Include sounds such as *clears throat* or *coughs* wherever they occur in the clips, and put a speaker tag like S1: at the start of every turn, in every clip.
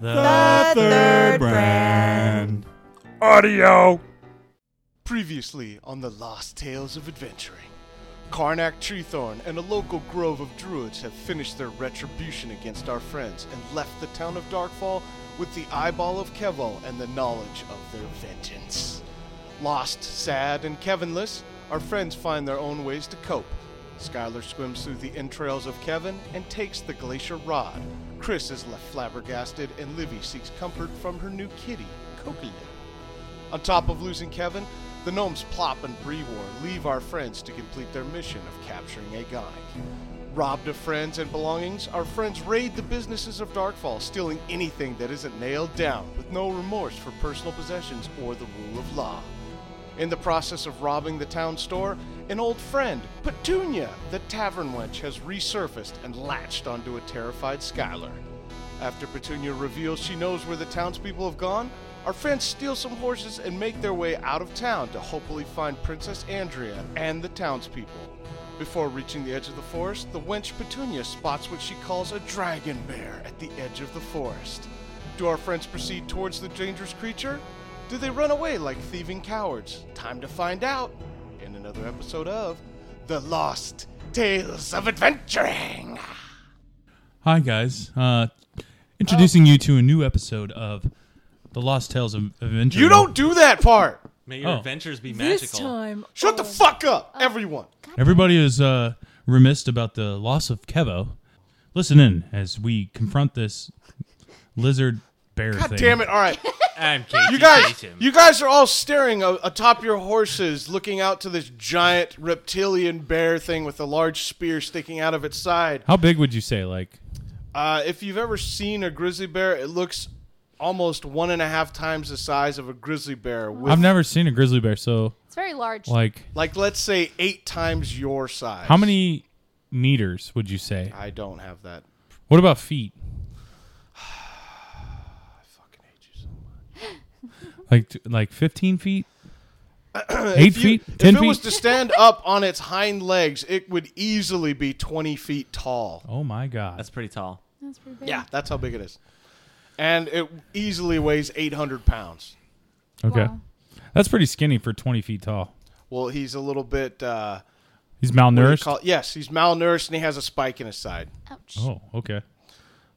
S1: The,
S2: third brand.
S3: Audio.
S4: Previously on the Lost Tales of Adventuring, Karnak Treethorn and a local grove of druids have finished their retribution against our friends and left the town of Darkfall with the eyeball of Kevil and the knowledge of their vengeance. Lost, sad, and Kevinless, our friends find their own ways to cope. Skylar swims through the entrails of Kevin and takes the glacier rod. Chris is left flabbergasted, and Livy seeks comfort from her new kitty, Cocoa. On top of losing Kevin, the gnomes Plop and Brewar leave our friends to complete their mission of capturing Agonic. Robbed of friends and belongings, our friends raid the businesses of Darkfall, stealing anything that isn't nailed down, with no remorse for personal possessions or the rule of law. In the process of robbing the town store, an old friend, Petunia, the tavern wench, has resurfaced and latched onto a terrified Skylar. After Petunia reveals she knows where the townspeople have gone, our friends steal some horses and make their way out of town to hopefully find Princess Andrea and the townspeople. Before reaching the edge of the forest, the wench Petunia spots what she calls a dragon bear at the edge of the forest. Do our friends proceed towards the dangerous creature? Do they run away like thieving cowards? Time to find out in another episode of The Lost Tales of Adventuring.
S1: Hi, guys. Uh, introducing you to a new episode of The Lost Tales of Adventure.
S4: You don't do that part!
S2: May your
S1: Oh.
S2: adventures be
S5: This
S2: magical.
S5: time.
S4: Shut
S6: Oh.
S4: the fuck up, everyone!
S1: Everybody is uh, remiss about the loss of Kevo. Listen in as we confront this lizard bear
S4: God
S1: thing.
S4: damn it, alright.
S2: I'm Casey
S4: You guys,
S2: Kasem.
S4: you guys are all staring a- atop your horses, looking out to this giant reptilian bear thing with a large spear sticking out of its side.
S7: How big would you say? Like,
S4: Uh, if you've ever seen a grizzly bear, it looks almost one and a half times the size of a grizzly bear, with
S7: I've never seen a grizzly bear, so
S5: It's very large.
S7: like,
S4: like let's say eight times your size.
S7: how many meters would you say?
S4: I don't have that.
S7: What about feet?
S4: Fucking hate you so
S7: Like, t- like fifteen *clears throat* feet, eight
S4: If you-
S7: feet, ten
S4: if it
S7: feet.
S4: was to stand up on its hind legs, it would easily be twenty feet tall.
S7: oh my god!
S2: That's pretty tall.
S5: That's pretty big.
S4: Yeah, that's how big it is, and it easily weighs eight hundred pounds.
S7: okay,
S5: Wow.
S7: that's pretty skinny for twenty feet tall.
S4: Well, he's a little bit. Uh,
S7: He's
S4: what do you
S7: malnourished.
S4: call- yes, he's malnourished and he has a spike in his side.
S5: Ouch.
S7: oh, okay.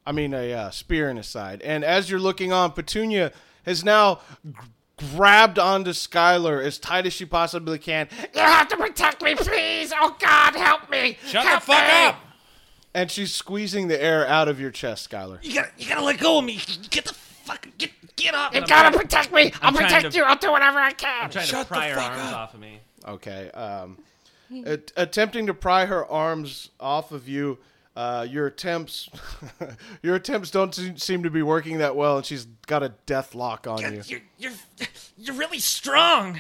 S4: I mean, a uh, spear in his side. And as you're looking on, Petunia has now g- grabbed onto Skylar as tight as she possibly can. You have to protect me, please! Oh God, help me!
S2: Shut the fuck up!
S4: And she's squeezing the air out of your chest, Skylar.
S2: You gotta, you gotta let go of me. Get the fuck, get, get up. You
S6: protect me.
S2: I'll protect you.
S6: I'll do whatever I can.
S2: I'm trying to pry your arms off of me.
S4: Okay. Um, at- attempting to pry her arms off of you, uh, your attempts, *laughs* your attempts don't se- seem to be working that well, and she's got a death lock on you.
S6: You're, you're, you're really strong.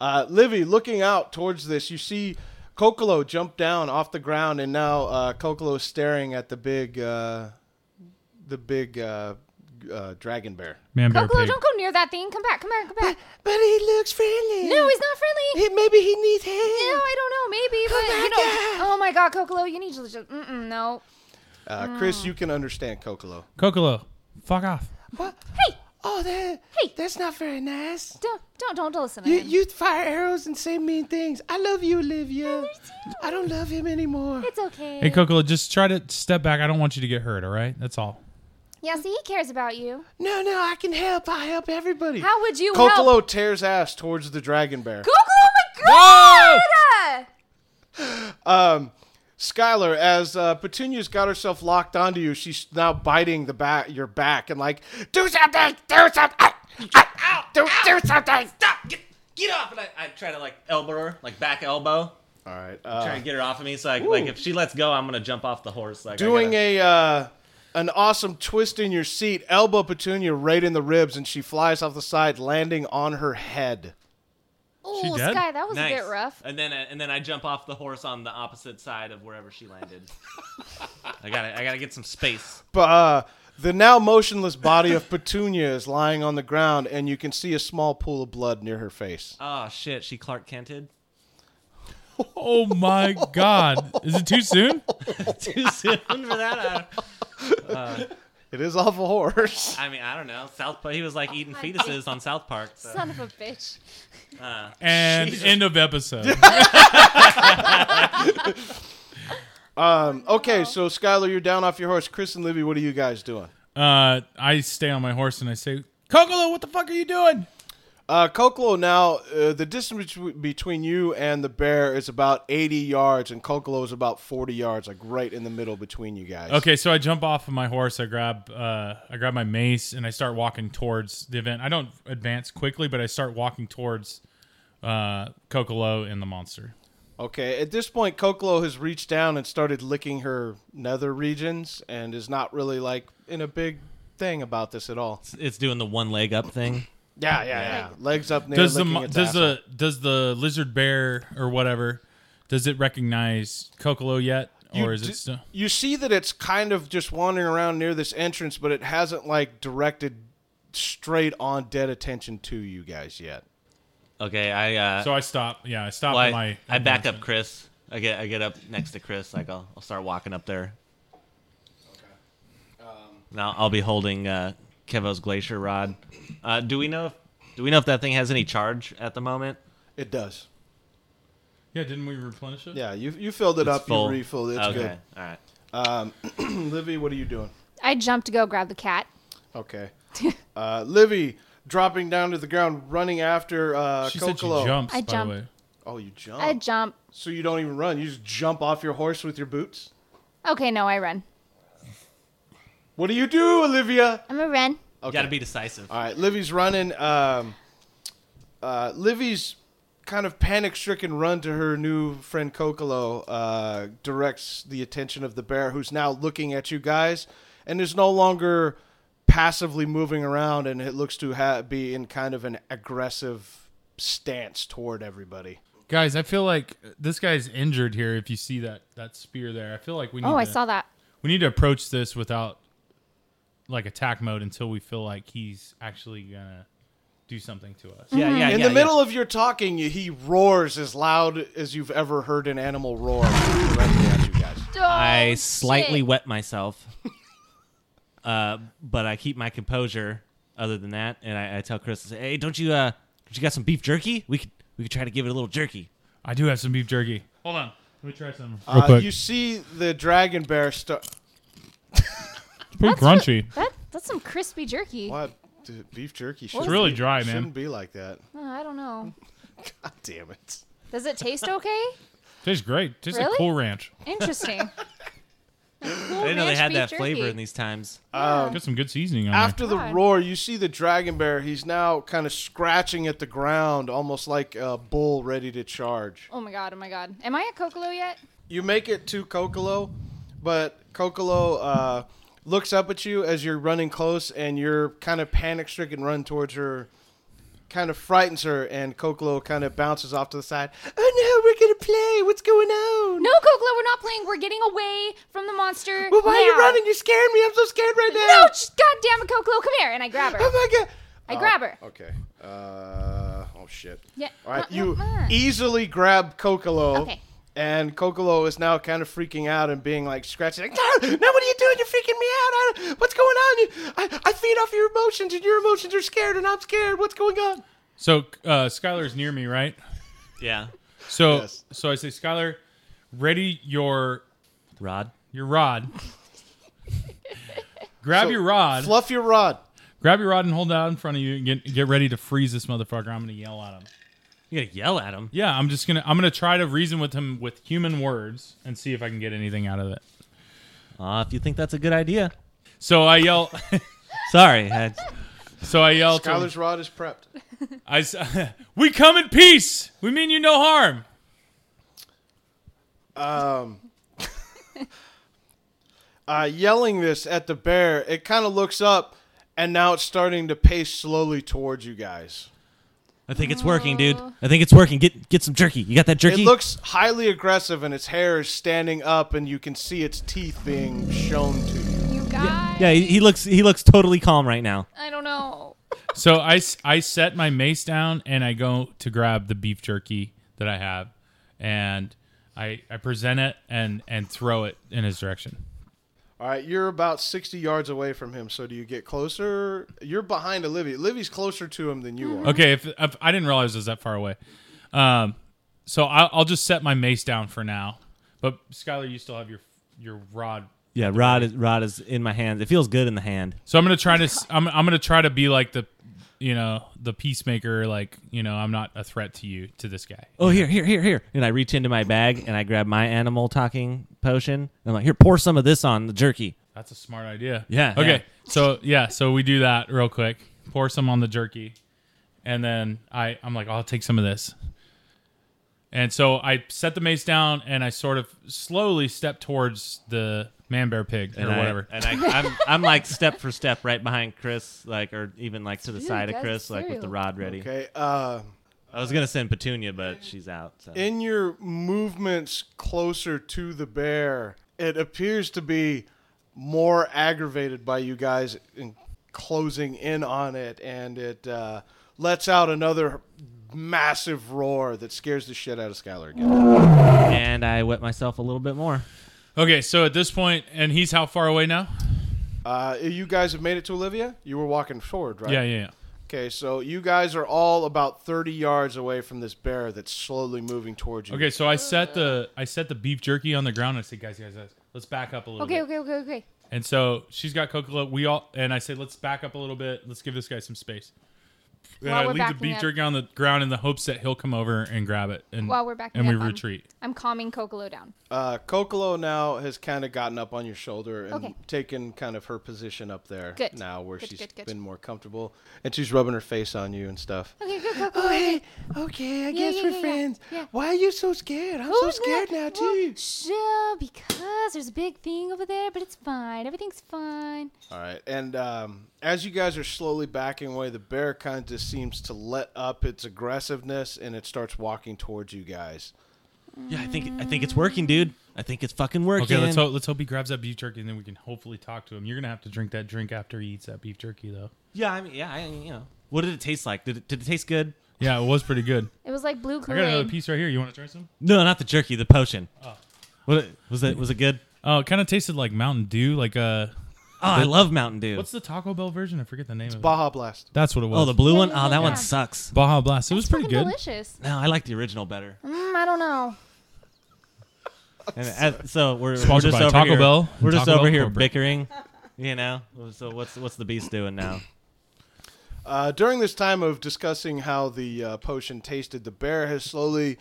S4: Uh, Livy, looking out towards this, you see Kokolo jump down off the ground, and now uh, Kokolo is staring at the big, uh, the big uh, uh, dragon bear.
S7: Man, bear,
S5: Kokolo,
S7: pig.
S5: don't go near that thing. Come back, come back, come back.
S4: But he looks friendly.
S5: No, he's not friendly.
S4: maybe he needs help.
S5: No, I don't know. Maybe, but you know. Oh my God, Kokolo, you need to just. Mm-mm, no.
S4: Uh, Chris, you can understand Kokolo.
S7: Kokolo, fuck off.
S5: Hey,
S4: Oh, that,
S5: Hey.
S4: that's not very nice.
S5: don't, don't, don't listen to him.
S4: fire arrows and say mean things. I love you, Olivia. I don't love him anymore.
S5: It's okay.
S7: Hey, Kokolo, just try to step back. I don't want you to get hurt. All right, that's all.
S5: yeah, see, he cares about you.
S4: No, no, I can help. I help everybody.
S5: How would you
S4: Kokolo
S5: help?
S4: tears ass towards the dragon bear.
S5: Kokolo, oh my God!
S4: Skylar, as uh, Petunia's got herself locked onto you, she's now biting the back, your back, and like, do something, do something.
S6: Do, do something.
S2: Stop! Get, get off! And I, I try to like elbow her, like back elbow,
S4: All right,
S2: try
S4: uh,
S2: and get her off of me. So like, like if she lets go, I'm gonna jump off the horse. Like I
S4: doing
S2: gotta-
S4: a uh, an awesome twist in your seat, elbow Petunia right in the ribs, and she flies off the side, landing on her head.
S5: Oh,
S1: dead?
S5: Sky, that was
S2: nice. Uh,
S5: a bit rough.
S2: And then and then I jump off the horse on the opposite side of wherever she landed. I gotta I gotta get some space.
S4: But uh, the now motionless body of Petunia is lying on the ground, and you can see a small pool of blood near her face.
S2: Oh shit! She Clark Kented.
S7: Oh my god! Is it too soon?
S2: Too soon for that. I don't-
S4: It It is off a
S2: *laughs*
S4: horse.
S2: I mean, I don't know. South Park. He was like eating fetuses on South Park. So,
S5: Son of a bitch.
S2: uh,
S7: And end of episode. *laughs*
S4: Um, okay, so Skylar, you're down off your horse. Chris and Libby, what are you guys doing?
S7: uh, I stay on my horse and I say, Kokolo, what the fuck are you doing?
S4: Uh, Kokolo now, uh, the distance bet- between you and the bear is about 80 yards, and Kokolo is about 40 yards, like right in the middle between you guys.
S7: Okay, so I jump off of my horse. I grab, uh, I grab my mace and I start walking towards the event. I don't advance quickly, but I start walking towards uh, Kokolo and the monster.
S4: Okay, at this point, Kokolo has reached down and started licking her nether regions and is not really like in a big thing about this at all.
S2: it's doing the one leg up thing.
S4: Yeah, yeah, yeah. Legs up near
S7: does the
S4: licking
S7: mo-
S4: its
S7: does
S4: asshole.
S7: the does the lizard bear or whatever does it recognize Kokolo yet, or is
S4: d-
S7: it still?
S4: you see that it's kind of just wandering around near this entrance, but it hasn't like directed straight on dead attention to you guys yet.
S2: Okay, I uh,
S7: So I stop. Yeah, I stop
S2: well, I,
S7: my.
S2: I back up Chris. I get I get up next to Chris. Like I'll, I'll start walking up there.
S4: Um,
S2: Now I'll be holding uh, Kevo's glacier rod. Uh, do we know? If, do we know if that thing has any charge at the moment?
S4: It does.
S7: Yeah, didn't we replenish it?
S4: Yeah, you you filled it
S2: It's
S4: up, you refilled it. It's
S2: okay, all right.
S4: good. *clears throat* Livy, what are you doing?
S5: I jumped to go grab the cat.
S4: *laughs* Okay. uh, Livy dropping down to the ground, running after uh,
S7: She said she
S4: Kokolo.
S7: jumps.
S5: I
S7: by
S5: jump.
S7: the way.
S4: Oh, you jump.
S5: I jump.
S4: so you don't even run. You just jump off your horse with your boots.
S5: Okay, no, I run.
S4: What do you do, Olivia?
S5: I'm a run.
S2: You Got to be decisive.
S4: All right, Livy's running. Um, uh, Livy's kind of panic-stricken run to her new friend Kokolo uh, directs the attention of the bear, who's now looking at you guys, and is no longer passively moving around, and it looks to ha- be in kind of an aggressive stance toward everybody.
S7: Guys, I feel like this guy's injured here. If you see that that spear there, I feel like we need.
S5: Oh, I
S7: to-
S5: saw that.
S7: We need to approach this without like attack mode until we feel like he's actually gonna do something to us.
S2: Yeah, yeah.
S4: In
S2: yeah,
S4: the middle of your talking, he roars as loud as you've ever heard an animal roar directly at you guys.
S2: I
S5: Oh,
S2: slightly
S5: shit.
S2: wet myself, *laughs* uh, but I keep my composure. Other than that, and I, I tell Chris, I say, "Hey, don't you uh, don't you got some beef jerky? We could we could try to give it a little jerky."
S7: I do have some beef jerky. Hold on, let me try some.
S4: Uh, You see the dragon bear start.
S7: pretty crunchy.
S5: That, that's some crispy jerky.
S4: What? Dude, beef jerky should
S7: It's really dry, man.
S4: Shouldn't be like that. *laughs*
S5: Uh, I don't know.
S4: God damn it.
S7: Oh
S5: Does it taste okay?
S7: Tastes great. Tastes like
S5: Really?
S7: Cool Ranch.
S4: *laughs*
S5: Interesting.
S2: I didn't know they
S5: ranch
S2: had
S5: beef
S2: that flavor
S5: jerky.
S2: in these times.
S4: Oh,
S7: Got some good seasoning on there.
S4: Um, After the
S5: God.
S4: roar, you see the dragon bear. He's now kind of scratching at the ground, almost like a bull ready to charge.
S5: Oh my god, oh my god. Am I at Kokolo yet?
S4: You make it to Kokolo, but Kokolo uh, looks up at you as you're running close, and you're kind of panic stricken run towards her. Kind of frightens her, and Kokolo kind of bounces off to the side. Oh no, we're gonna play. What's going on?
S5: No, Kokolo, we're not playing. We're getting away from the monster.
S4: Well, why are you
S5: now.
S4: running? You're scaring me. I'm so scared right now.
S5: No, just goddamn it, Kokolo, come here. And I grab her.
S4: *laughs* Oh my god.
S5: I grab her.
S4: Okay. Uh, oh shit.
S5: Yeah.
S4: Oh, All right,
S5: Uh,
S4: you
S5: uh,
S4: easily grab Kokolo.
S5: Okay.
S4: And Kokolo is now kind of freaking out and being like scratching, like, no, no, what are you doing? You're freaking me out. I don't- what's going on? You, I, I feed off your emotions, and your emotions are scared, and I'm scared. What's going on?
S7: So uh, Skylar's near me, right?
S2: Yeah,
S7: So
S4: Yes.
S7: so I say, Skylar, ready your
S2: Rod.
S7: your
S4: *laughs*
S7: rod. grab your rod.
S4: Fluff your rod.
S7: grab your rod and hold it out in front of you and get get ready to freeze this motherfucker. I'm gonna yell at him.
S2: You gotta yell at him.
S7: Yeah, I'm just gonna I'm gonna try to reason with him with human words and see if I can get anything out of it.
S2: Uh, if you think that's a good idea.
S7: So I yell. *laughs*
S2: Sorry, I,
S7: so I yell. To him,
S4: Skylar's rod is prepped.
S7: I s- *laughs* we come in peace. We mean you no harm.
S4: uh, yelling this at the bear, it kind of looks up, and now it's starting to pace slowly towards you guys.
S2: I think it's working, dude.
S5: Oh.
S2: I think it's working. Get get some jerky. You got that
S4: It
S2: jerky?
S4: looks highly aggressive, and its hair is standing up, and you can see its teeth being shown to you.
S5: You guys.
S2: yeah, he, he looks he looks totally calm right now.
S5: I don't know.
S7: So I, s- I set my mace down and I go to grab the beef jerky that I have, and I I present it and and throw it in his direction.
S4: All right, you're about 60 yards away from him. So do you get closer? You're behind Olivia. Livy's closer to him than you are.
S7: Okay, if, if I didn't realize it was that far away, um, so I'll, I'll just set my mace down for now. But Skylar, you still have your your rod,
S2: Yeah, rod is rod is in my hand. It feels good in the hand.
S7: so I'm gonna try to s- I'm I'm gonna try to be like the you know the peacemaker. Like you know I'm not a threat to you to this guy.
S2: Oh, here, here, here, here. And I reach into my bag and I grab my animal talking potion. And I'm like, here, pour some of this on the jerky.
S7: That's a smart idea.
S2: Yeah,
S7: Okay.
S2: yeah.
S7: So yeah, so we do that real quick. Pour some on the jerky, and then I I'm like, I'll take some of this. And so I set the mace down, and I sort of slowly step towards the man bear pig
S2: And
S7: or
S2: I-
S7: whatever.
S2: and I, I'm, I'm like step for step right behind Chris, like or even like to the
S5: Dude,
S2: side of
S5: guys,
S2: Chris, like with the
S5: cereal.
S2: rod ready.
S4: Okay. Uh,
S2: I was gonna send Petunia, but she's out. So.
S4: in your movements closer to the bear, it appears to be more aggravated by you guys in closing in on it, and it uh, lets out another massive roar that scares the shit out of Skylar again.
S2: and I wet myself a little bit more.
S7: Okay. So at this point, and he's how far away now?
S4: Uh, you guys have made it to Olivia. You were walking forward, right?
S7: Yeah, yeah, yeah.
S4: Okay, so you guys are all about 30 yards away from this bear that's slowly moving towards you.
S7: Okay. So I set the I set the beef jerky on the ground. And I said, guys, guys, guys, let's back up a little.
S5: Okay,
S7: bit.
S5: okay, okay, okay.
S7: And so she's got Coca-Cola. We all and I say, let's back up a little bit. Let's give this guy some space. And I
S5: While we're
S7: leave the
S5: backing
S7: beef
S5: up-
S7: jerky on the ground in the hopes that he'll come over and grab it. And
S5: While we're backing
S7: and we
S5: up, um,
S7: retreat.
S5: I'm calming Kokolo down.
S4: Uh, Kokolo now has kind of gotten up on your shoulder and
S5: Okay.
S4: taken kind of her position up there
S5: Good.
S4: now where she's
S5: Good, good, good.
S4: been more comfortable. And she's rubbing her face on you and stuff.
S5: Okay, good, Kokolo.
S4: Oh, hey, okay, I
S5: guess yeah, we're yeah, yeah, friends. yeah.
S4: Why are you so scared? I'm
S5: Oh, no, well, Sure, because there's a big thing over there, but it's fine. Everything's fine.
S4: All right. And um, as you guys are slowly backing away, the bear kind of seems to let up its aggressiveness and it starts walking towards you guys.
S2: Yeah, I think I think it's working, dude. I think it's fucking working.
S7: Okay, let's hope, let's hope he grabs that beef jerky and then we can hopefully talk to him. You're gonna have to drink that drink after he eats that beef jerky, though.
S2: yeah, I mean, yeah, I, you know, what did it taste like? Did it, did it taste good?
S7: Yeah, it was pretty good.
S5: It was like blue
S7: I
S5: Kool
S7: got another
S5: Aid.
S7: piece right here. You want to try some?
S2: No, not the jerky, the potion. What it- was it? Was it good?
S7: Oh, it kind of tasted like Mountain Dew. Like uh,
S2: Oh, I love Mountain Dew.
S7: what's the Taco Bell version? I forget the name of it.
S4: Baja Blast.
S7: That's what it was.
S2: oh, the blue
S5: Yeah,
S2: one.
S5: yeah,
S2: Oh, that
S5: yeah.
S2: one sucks.
S7: Baja Blast. It was pretty good.
S5: Delicious.
S2: No, I like the original
S5: *laughs*
S2: better.
S5: Mm, I don't know.
S2: And as- so we're, we're
S7: Sponsored
S2: just
S7: by
S2: over
S7: Taco
S2: here,
S7: Bell and
S2: We're just
S7: Taco
S2: over
S7: Bell
S2: here
S7: corporate.
S2: bickering, you know. So what's what's the beast doing now?
S4: Uh, during this time of discussing how the uh, potion tasted, the bear has slowly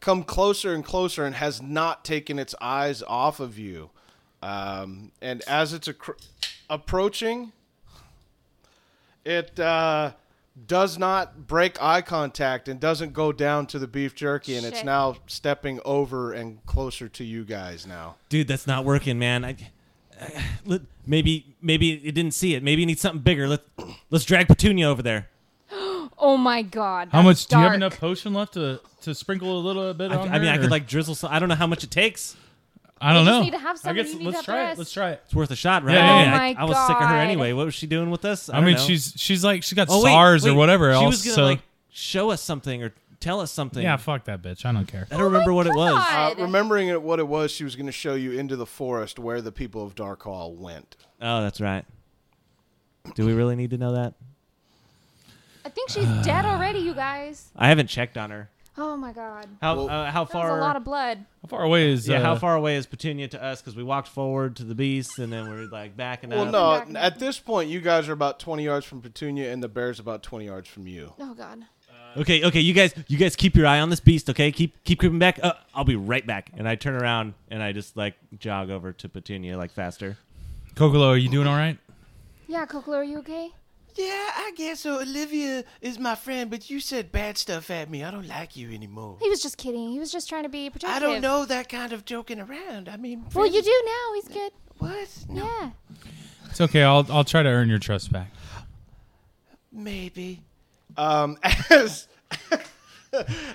S4: come closer and closer and has not taken its eyes off of you. Um, and as it's accr- approaching, it uh, does not break eye contact and doesn't go down to the beef jerky, and it's
S5: Shit.
S4: now stepping over and closer to you guys now.
S2: Dude, that's not working, man. I, uh, let- maybe maybe it didn't see it. Maybe it needs something bigger. Let let's drag Petunia over there.
S5: Oh my god.
S7: How much
S5: that's
S7: do you have
S5: dark.
S7: enough potion left to to sprinkle a little bit
S2: I,
S7: on?
S2: I mean,
S7: her,
S2: I
S7: or-
S2: could like drizzle. Some, I don't know how much it takes.
S7: I don't
S5: You just
S7: know.
S5: need to have
S7: I
S5: some
S7: guess
S5: and you need to
S7: let's
S5: have the
S7: try it.
S5: rest.
S7: Let's try it.
S2: It's worth a shot, right?
S7: Yeah,
S2: I,
S7: yeah,
S2: mean,
S7: yeah.
S2: I-
S5: Oh my
S2: I was sick of her
S5: God.
S2: anyway. What was she doing with this? I,
S7: I,
S2: don't
S7: mean,
S2: know.
S7: she's she's like she got
S2: Oh, wait,
S7: SARS
S2: wait.
S7: or whatever.
S2: She
S7: else,
S2: was gonna
S7: so
S2: like show us something or tell us something.
S7: yeah, fuck that bitch. I don't care.
S2: I don't remember what it was.
S5: Oh God.
S4: Uh, remembering it- what it was, she was going to show you into the forest where the people of Dark Hall went.
S2: Oh, that's right. Do we really need to know that?
S5: I think she's
S7: *sighs*
S5: dead already, you guys.
S2: I haven't checked on her.
S5: Oh my god.
S2: How
S4: Well-
S2: uh, how
S5: That was
S2: far?
S5: a lot of blood.
S7: How far away is?
S2: yeah,
S7: uh,
S2: how far away is Petunia to us? Because we walked forward to the beast, and then we're like backing
S4: Well,
S2: up.
S5: back
S4: no.
S5: and-
S4: At this point, you guys are about 20 yards from Petunia, and the bear's about 20 yards from you.
S5: Oh god.
S2: Okay, okay, you guys, you guys keep your eye on this beast. Okay, keep keep creeping back. Uh, I'll be right back. And I turn around and I just like jog over to Petunia like faster.
S7: Kokolo, are you doing all right?
S5: Yeah, Kokolo, are you okay?
S4: Yeah, I guess so. Olivia is my friend, but you said bad stuff at me. I don't like you anymore.
S5: He was just kidding. He was just trying to be protective.
S4: know that kind of joking around. I mean,
S5: Well, you do now. He's good.
S4: what?
S5: Yeah.
S7: It's okay. I'll I'll try to earn your trust back.
S4: Maybe. Um, *laughs* as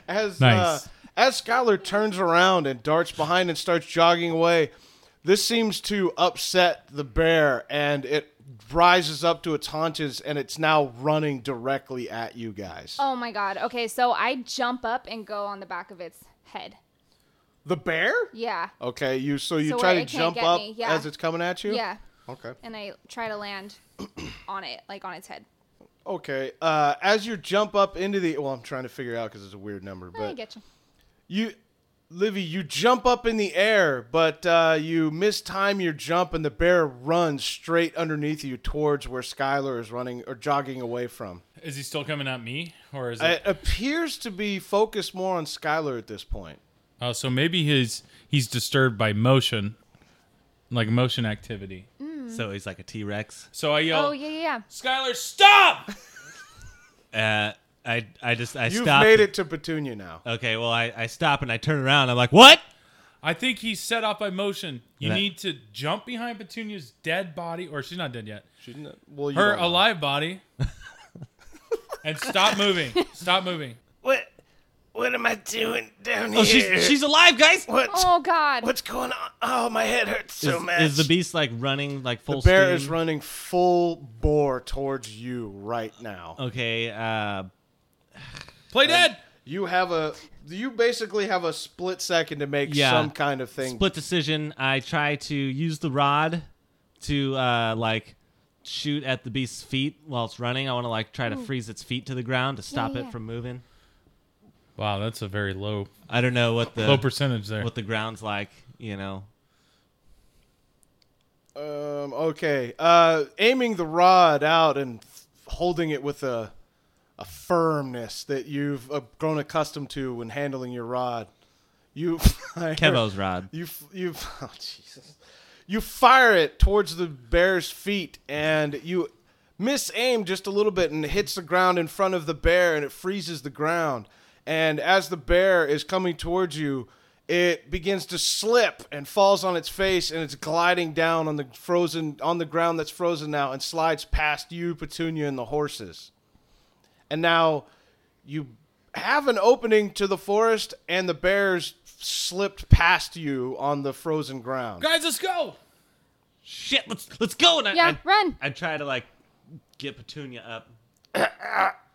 S4: as
S7: Nice.
S4: uh, as Skylar turns around and darts behind and starts jogging away, this seems to upset the bear, and it rises up to its haunches, and it's now running directly at you guys.
S5: Oh my god. Okay, so I jump up and go on the back of its head.
S4: The bear?
S5: Yeah.
S4: Okay, you so you
S5: So
S4: try
S5: where
S4: to
S5: it can't
S4: jump
S5: get
S4: up
S5: me, yeah.
S4: as it's coming at you?
S5: Yeah.
S4: Okay.
S5: And I try to
S4: *coughs*
S5: land on it, like on its head.
S4: Okay. Uh, as you jump up into the well, I'm trying to figure out because it's a weird number,
S5: I
S4: but
S5: get you.
S4: you, Livy, you jump up in the air, but uh, you mistime your jump, and the bear runs straight underneath you towards where Skylar is running or jogging away from.
S7: Is he still coming at me, or is it?
S4: It appears to be focused more on Skylar at this point.
S7: Oh, so maybe he's he's disturbed by motion, like motion activity.
S5: Mm-hmm.
S2: So he's like a T Rex.
S7: So I yell,
S5: Mm. Oh yeah, yeah, yeah.
S7: Skylar, stop!
S2: Uh, I I just I
S4: You've
S2: stop.
S4: made it to Petunia now.
S2: Okay, well I, I stop and I turn around. I'm like, what?
S7: I think he's set off by motion. You
S2: Yeah.
S7: need to jump behind Petunia's dead body, or she's not dead yet.
S4: Shouldn't- well, you
S7: Her
S4: don't know.
S7: alive
S2: *laughs*
S7: body, and stop moving. Stop moving.
S6: What? What am I doing down
S2: Oh,
S6: here?
S2: she's she's alive, guys.
S6: what's
S5: Oh god.
S6: what's going on? Oh, my head hurts so
S2: is,
S6: much.
S2: is the beast like running like full
S4: The bear
S2: steam?
S4: is running full bore towards you right now.
S2: Okay. Uh,
S7: Play dead.
S4: You have a you basically have a split second to make
S2: Yeah.
S4: some kind of thing.
S2: split decision. I try to use the rod to uh, like shoot at the beast's feet while it's running. I want to like try to freeze its feet to the ground to stop
S5: yeah,
S2: it
S5: yeah.
S2: from moving.
S7: Wow, that's a very low
S2: I don't know what
S7: low
S2: the
S7: percentage there.
S2: what the ground's like. You know.
S4: Um, okay. Uh, aiming the rod out and f- holding it with a a firmness that you've uh, grown accustomed to when handling your rod. You *laughs* fire,
S2: Kevo's rod.
S4: You f- you f- *laughs* oh, Jesus. You fire it towards the bear's feet and you miss aim just a little bit and it hits the ground in front of the bear and it freezes the ground. And as the bear is coming towards you, it begins to slip and falls on its face and it's gliding down on the frozen on the ground that's frozen now and slides past you, Petunia, and the horses. And now you have an opening to the forest, and the bears slipped past you on the frozen ground.
S7: Guys, let's go.
S2: Shit. Let's let's go. And I,
S5: yeah,
S2: I,
S5: run.
S2: I try to like get Petunia up.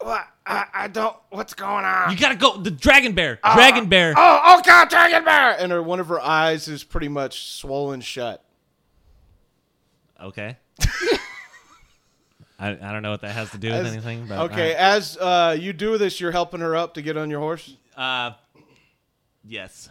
S6: What? I, *coughs* I don't. What's going on?
S2: You gotta go. The dragon bear. Dragon bear.
S6: oh, oh God, Dragon Bear!
S4: Ah, And her, one of her eyes is pretty much swollen shut.
S2: Okay. *laughs* I, I don't know what that has to do with
S4: As-
S2: anything, but
S4: Okay, as uh, you do this, you're helping her up to get on your horse.
S2: alright. Uh, yes.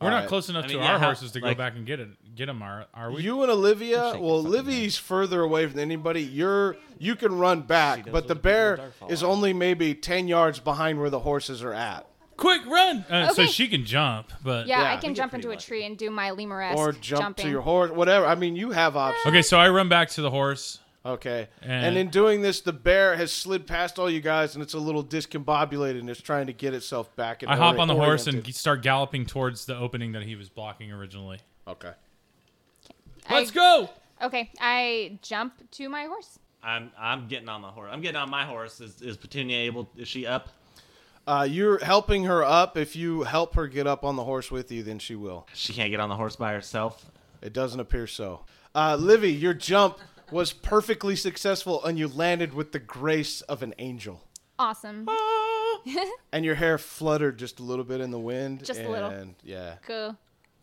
S7: We're not
S4: right.
S7: close enough
S2: I
S7: to
S2: mean, yeah,
S7: our
S2: how-
S7: horses to
S2: like-
S7: go back and get it. Get them, are, are we?
S4: You and Olivia,
S2: shaking
S4: well,
S2: fucking
S4: Livy's further away than anybody. You're you can run back,
S2: does
S4: but the
S2: what the people in
S4: bear
S2: Darkfall
S4: is
S2: are.
S4: only maybe ten yards behind where the horses are at,
S7: Quick, run! Uh, So
S5: Okay.
S7: she can jump, but
S5: Yeah,
S4: Yeah,
S5: I
S4: we
S5: can
S2: get
S5: jump
S2: pretty
S5: into a
S2: lucky.
S5: tree and do my lemur-esque
S4: or jump
S5: jumping.
S4: to your horse, whatever. I mean, you have options.
S7: okay. So I run back to the horse.
S4: Okay. And,
S7: And-
S4: in doing this, the bear has slid past all you guys, and it's a little discombobulated, and it's trying to get itself back. And
S7: I hop
S4: ori-
S7: on the horse and
S4: oriented.
S7: g- start galloping towards the opening that he was blocking originally.
S4: okay.
S5: I-
S7: Let's go!
S5: Okay, I jump to my horse.
S2: I'm I'm getting on my horse. I'm getting on my horse. Is, is Petunia able? Is she up?
S4: Uh, you're helping her up. If you help her get up on the horse with you, then she will.
S2: She can't get on the horse by herself.
S4: It doesn't appear so. Uh, Livy, your jump was perfectly successful, and you landed with the grace of an angel.
S5: Awesome.
S4: Ah. And your hair fluttered just a little bit in the wind.
S5: Just a
S4: and,
S5: little.
S4: Yeah.
S5: Go.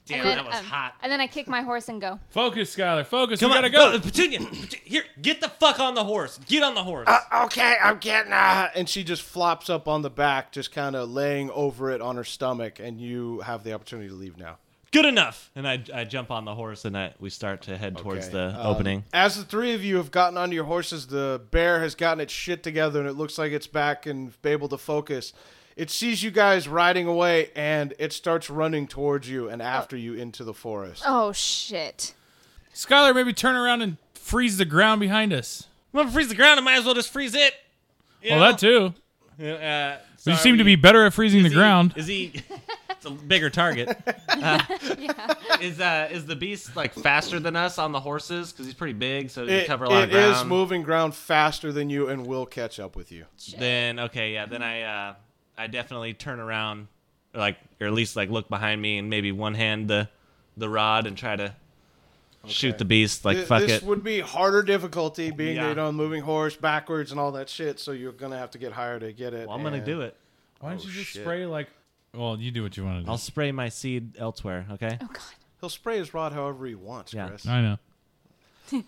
S2: Damn,
S5: And then,
S2: that was
S5: um,
S2: hot.
S5: And then I kick my horse and
S4: *laughs*
S5: go.
S7: Focus, Skylar. Focus.
S2: Come
S7: we
S2: on,
S7: gotta go.
S2: Petunia. Petu- Here, get the fuck on the horse. Get on the horse.
S4: Uh,
S6: Okay, I'm getting. Uh,
S4: And she just flops up on the back, just kind of laying over it on her stomach, and you have the opportunity to leave now.
S2: Good enough. And I, I jump on the horse and I we start to head towards
S4: Okay,
S2: the
S4: um,
S2: opening.
S4: As the three of you have gotten onto your horses, the bear has gotten its shit together and it looks like it's back and able to focus. It sees you guys riding away and it starts running towards you and after you into the forest.
S5: Oh shit.
S7: Skylar, maybe turn around and freeze the ground behind us.
S2: I'm gonna freeze the ground. I might as well just freeze it.
S7: Well, that too.
S2: too. Uh,
S7: You
S2: sorry,
S7: seem to be better at freezing the
S2: is he-
S7: ground.
S2: Is he? It's a bigger target.
S4: *laughs*
S2: Uh, Is uh is the beast like faster than us on the horses? Because he's pretty big, so he
S4: It-
S2: can cover a lot
S4: it
S2: of ground.
S4: is moving ground faster than you and will catch up with you.
S2: Then okay, yeah. Then I uh, I definitely turn around, or like or at least like look behind me and maybe one hand the the rod and try to shoot the beast. Like
S4: Th-
S2: fuck
S4: this
S2: it.
S4: would be harder difficulty being
S2: Yeah.
S4: you know moving horse backwards and all that shit, so you're gonna have to get higher to get it.
S2: well, I'm gonna
S4: and-
S2: do it.
S7: Why don't you just
S4: Oh, shit.
S7: spray like Well, you do what you want to do.
S2: I'll spray my seed elsewhere. Okay.
S5: Oh God.
S4: He'll spray his rod however he wants,
S2: Yeah.
S4: Chris.
S7: I know.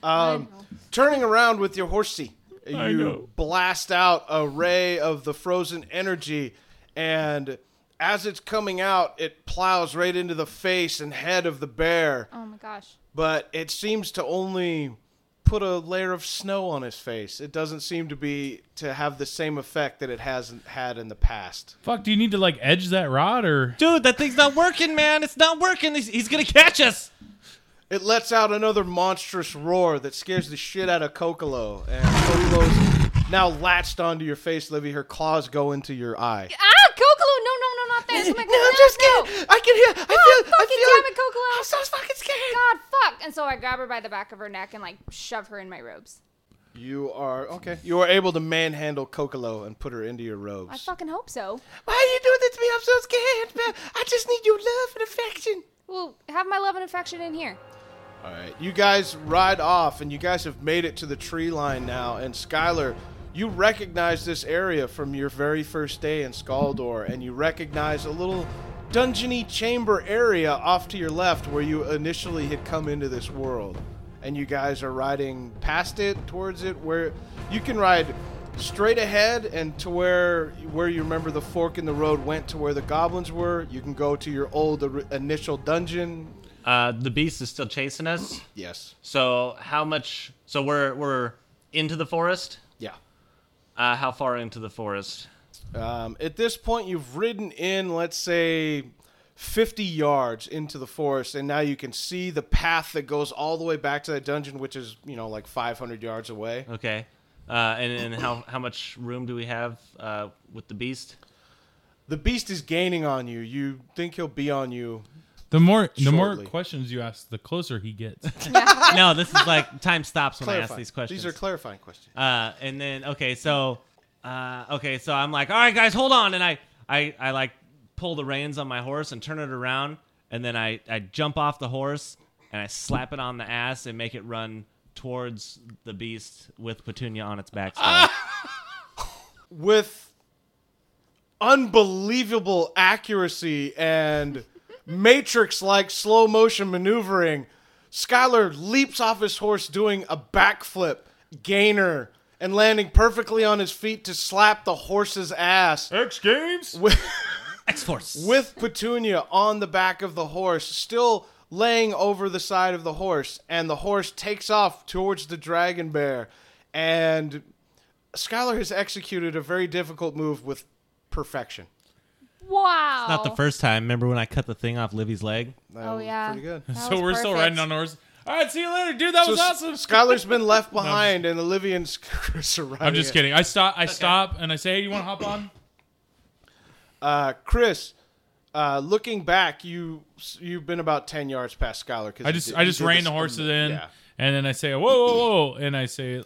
S4: Um, turning around with your horsey,
S7: I
S4: you
S7: know.
S4: blast out a ray of the frozen energy, and as it's coming out, it plows right into the face and head of the bear.
S5: Oh my gosh.
S4: *laughs* But it seems to only put a layer of snow on his face. It doesn't seem to be to have the same effect that it hasn't had in the past.
S7: Fuck, do you need to like edge that rod or
S2: Dude, that thing's not working, man. It's not working. He's, he's gonna catch us.
S4: It lets out another monstrous roar that scares the shit out of Kokolo, and Kokolo's now latched onto your face, Livy. Her claws go into your eye.
S5: Ah, Kokolo! No, no, no, not that.
S4: *laughs*
S5: no, no.
S4: I can hear. I
S5: Oh, fucking damn it, Kokolo!
S4: I'm so fucking scared.
S5: God, fuck! And so I grab her by the back of her neck and like shove her in my robes.
S4: You are okay. You are able to manhandle Kokolo and put her into your robes.
S5: I fucking hope so.
S4: Why are you doing this to me? I'm so scared. man. I just need your love and affection.
S5: Well, have my love and affection in here.
S4: All right, you guys ride off, and you guys have made it to the tree line now. And Skylar, you recognize this area from your very first day in Skaldor, and you recognize a little dungeony chamber area off to your left where you initially had come into this world. And you guys are riding past it, towards it, where you can ride straight ahead and to where where you remember the fork in the road went to where the goblins were. You can go to your old or- initial dungeon.
S2: Uh, the beast is still chasing us.
S4: Yes.
S2: So how much? So we're we're into the forest.
S4: Yeah.
S2: Uh, how far into the forest?
S4: Um, at this point, you've ridden in, let's say, 50 yards into the forest, and now you can see the path that goes all the way back to that dungeon, which is, you know, like 500 yards away.
S2: Okay. Uh, and, and how how much room do we have uh, with the beast?
S4: The beast is gaining on you. You think he'll be on you.
S7: the more the more
S4: Shortly.
S7: questions you ask, the closer he *laughs* gets.
S2: *laughs* no, this is like time stops when I ask
S4: Clarifying.
S2: these questions.
S4: These are clarifying questions.
S2: uh, and then okay, so uh, okay, so I'm like, all right, guys, hold on, and I I I like pull the reins on my horse and turn it around, and then I I jump off the horse and I slap it on the ass and make it run towards the beast with Petunia on its back. still.
S4: Ah! with unbelievable accuracy and matrix like slow motion maneuvering, Skylar leaps off his horse doing a backflip, gainer, and landing perfectly on his feet to slap the horse's ass
S7: X Games?
S4: with,
S2: X-Force.
S4: with Petunia on the back of the horse, still laying over the side of the horse. And the horse takes off towards the dragon bear. And Skylar has executed a very difficult move with perfection.
S5: Wow.
S2: Not the first time. Remember when I cut the thing off Livy's leg?
S4: That
S5: Oh,
S4: was
S5: yeah.
S4: pretty
S7: *laughs*
S4: good.
S5: That
S7: So
S5: was
S7: we're still
S5: perfect.
S7: riding on horses. All right, see you later, dude. That was
S4: S-
S7: awesome.
S4: Skylar's
S7: *laughs*
S4: been left behind, and Olivia and *laughs* Chris are riding
S7: I'm just
S4: it.
S7: kidding. I stop. I stop and I say, "Hey, you want to hop on?"
S4: Uh, Chris, uh, looking back, you you've been about ten yards past Skylar. Cause
S7: I
S4: he
S7: just
S4: did-
S7: I
S4: he
S7: just
S4: did
S7: rein
S4: this
S7: the horses
S4: on
S7: in,
S4: yeah.
S7: and then I say, "Whoa, whoa, whoa!" And I say,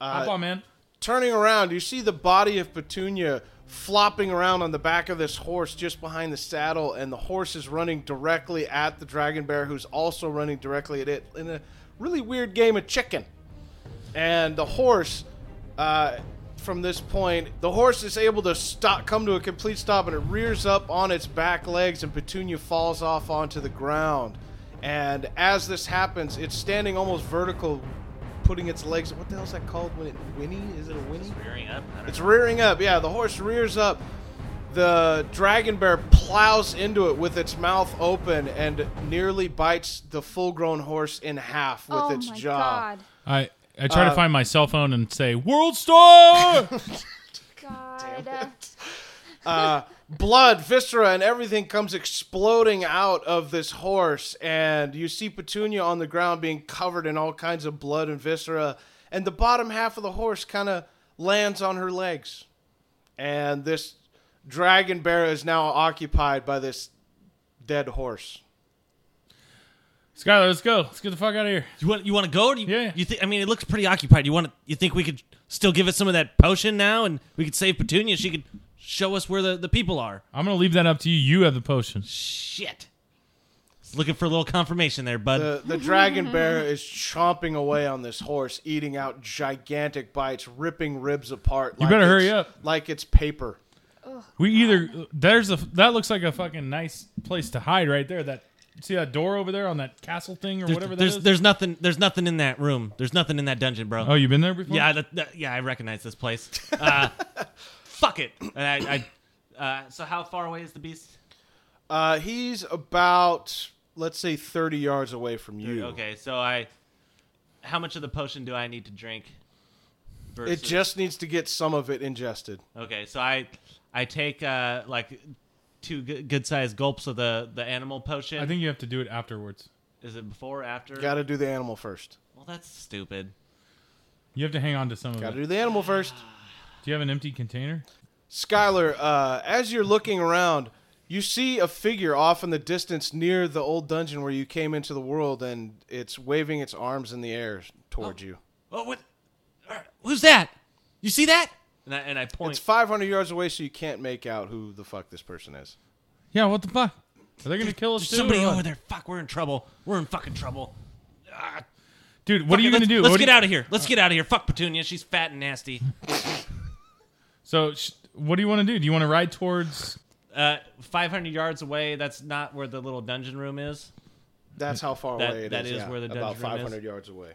S4: Uh,
S7: "Hop on, man."
S4: Turning around, you see the body of Petunia flopping around on the back of this horse just behind the saddle, and the horse is running directly at the dragon bear, who's also running directly at it in a really weird game of chicken. and the horse uh, from this point the horse is able to stop come to a complete stop and it rears up on its back legs and petunia falls off onto the ground and as this happens it's standing almost vertical putting its legs what the hell is that called when it whinny is it a whinny
S2: Rearing up. I don't
S4: it's rearing up. Yeah, the horse rears up. The dragon bear plows into it with its mouth open and nearly bites the full-grown horse in half with
S5: oh
S4: its
S5: my
S4: jaw.
S5: God.
S7: I I try
S4: uh,
S7: to find my cell phone and say, "World Star."
S5: God. uh,
S4: blood, viscera, and everything comes exploding out of this horse. And you see Petunia on the ground being covered in all kinds of blood and viscera. And the bottom half of the horse kind of lands on her legs. And this dragon bear is now occupied by this dead horse.
S7: Skylar, let's go. Let's get the fuck out of here.
S2: You want you want to go? Or do you,
S7: Yeah.
S2: You think? I mean, it looks pretty occupied. You want to? You think we could still give it some of that potion now, and we could save Petunia? She could show us where the, the people are.
S7: I'm gonna leave that up to you. You have the potion.
S2: Shit. Just looking for a little confirmation there, bud.
S4: The, the dragon bear is chomping away on this horse, eating out gigantic bites, ripping ribs apart. You
S7: better hurry up.
S4: Like it's paper.
S7: We either there's a that looks like a fucking nice place to hide right there. That see that door over there on that castle thing or
S2: There's,
S7: whatever that
S2: there's,
S7: is?
S2: there's nothing. There's nothing in that room. There's nothing in that dungeon, bro.
S7: oh, you've been there before?
S2: Yeah, that, that- yeah, I recognize this place.
S7: *laughs*
S2: Uh, fuck it. And I, I uh, so how far away is the beast?
S4: Uh, he's about let's say thirty yards away from you.
S2: Okay, so I, how much of the potion do I need to drink? Versus,
S4: It just needs to get some of it ingested.
S2: okay. So I, I take uh like two good, good sized gulps of the the animal potion.
S7: I think you have to do it afterwards.
S2: is it before or after?
S4: Got to do the animal first.
S2: Well, that's stupid.
S7: You have to hang on to some of
S4: Got to
S7: it.
S4: do the animal first.
S7: Do you have an empty container?
S4: Skylar, uh, as you're looking around, you see a figure off in the distance near the old dungeon where you came into the world, and it's waving its arms in the air toward you.
S2: Oh, what? er, Who's that? You see that? And I, and I point.
S4: It's 500 yards away, so you can't make out who the fuck this person is.
S7: Yeah, what the fuck? Are they gonna kill us
S2: There's
S7: too?
S2: somebody
S7: or what?
S2: over there. Fuck, we're in trouble. We're in fucking trouble.
S7: Dude, what are you
S2: Fuck
S7: gonna
S2: it,
S7: do?
S2: let's- Let's
S7: What do
S2: get
S7: you- Uh.
S2: out of here. Let's get out of here. Fuck Petunia. She's fat and nasty.
S7: So sh- what do you want to do? Do you want to ride towards
S2: Uh, 500 yards away, that's not where the little dungeon room is.
S4: That's how far
S2: That-
S4: away it is.
S2: that is
S4: yeah,
S2: where the
S4: about
S2: dungeon room is?
S4: 500 yards away.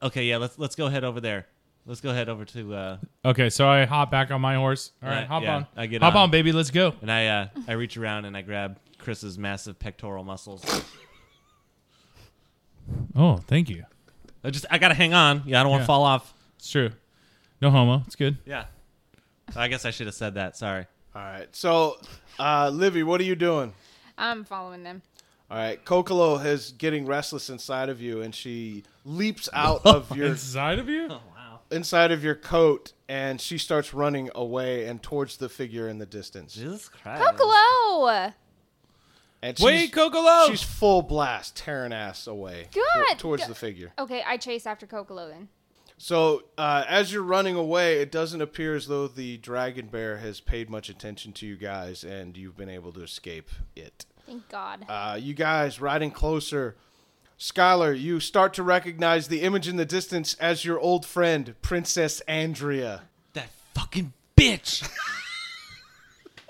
S2: Okay, yeah, let's let's go head over there. Let's go head over to uh
S7: Okay, so I hop back on my horse. All right,
S2: Yeah,
S7: hop
S2: yeah,
S7: on.
S2: I get
S7: hop
S2: on.
S7: on, baby. Let's go.
S2: and I uh I reach around and I grab Chris's massive pectoral muscles.
S7: Oh, thank you.
S2: I just I got to hang on. Yeah, I don't want to
S7: Yeah.
S2: fall off.
S7: It's true. No homo. It's good.
S2: Yeah. I guess I should have said that. Sorry.
S4: All right. So, uh, Livy, what are you doing?
S5: I'm following them.
S4: All right. Kokolo is getting restless inside of you, and she
S7: *laughs*
S4: leaps out of your
S7: Inside of you?
S2: Wow.
S4: inside of your coat, and she starts running away and towards the figure in the distance.
S2: Jesus Christ.
S5: Kokolo!
S4: And
S7: Wait,
S4: she's-
S7: Kokolo.
S4: She's full blast tearing ass away to-
S5: God!
S4: towards
S5: Go-
S4: the figure.
S5: Okay, I chase after Kokolo then.
S4: So uh, as you're running away, it doesn't appear as though the dragon bear has paid much attention to you guys, and you've been able to escape it.
S5: Thank God.
S4: Uh, you guys riding closer. Skylar, you start to recognize the image in the distance as your old friend, Princess Andrea.
S2: That fucking bitch.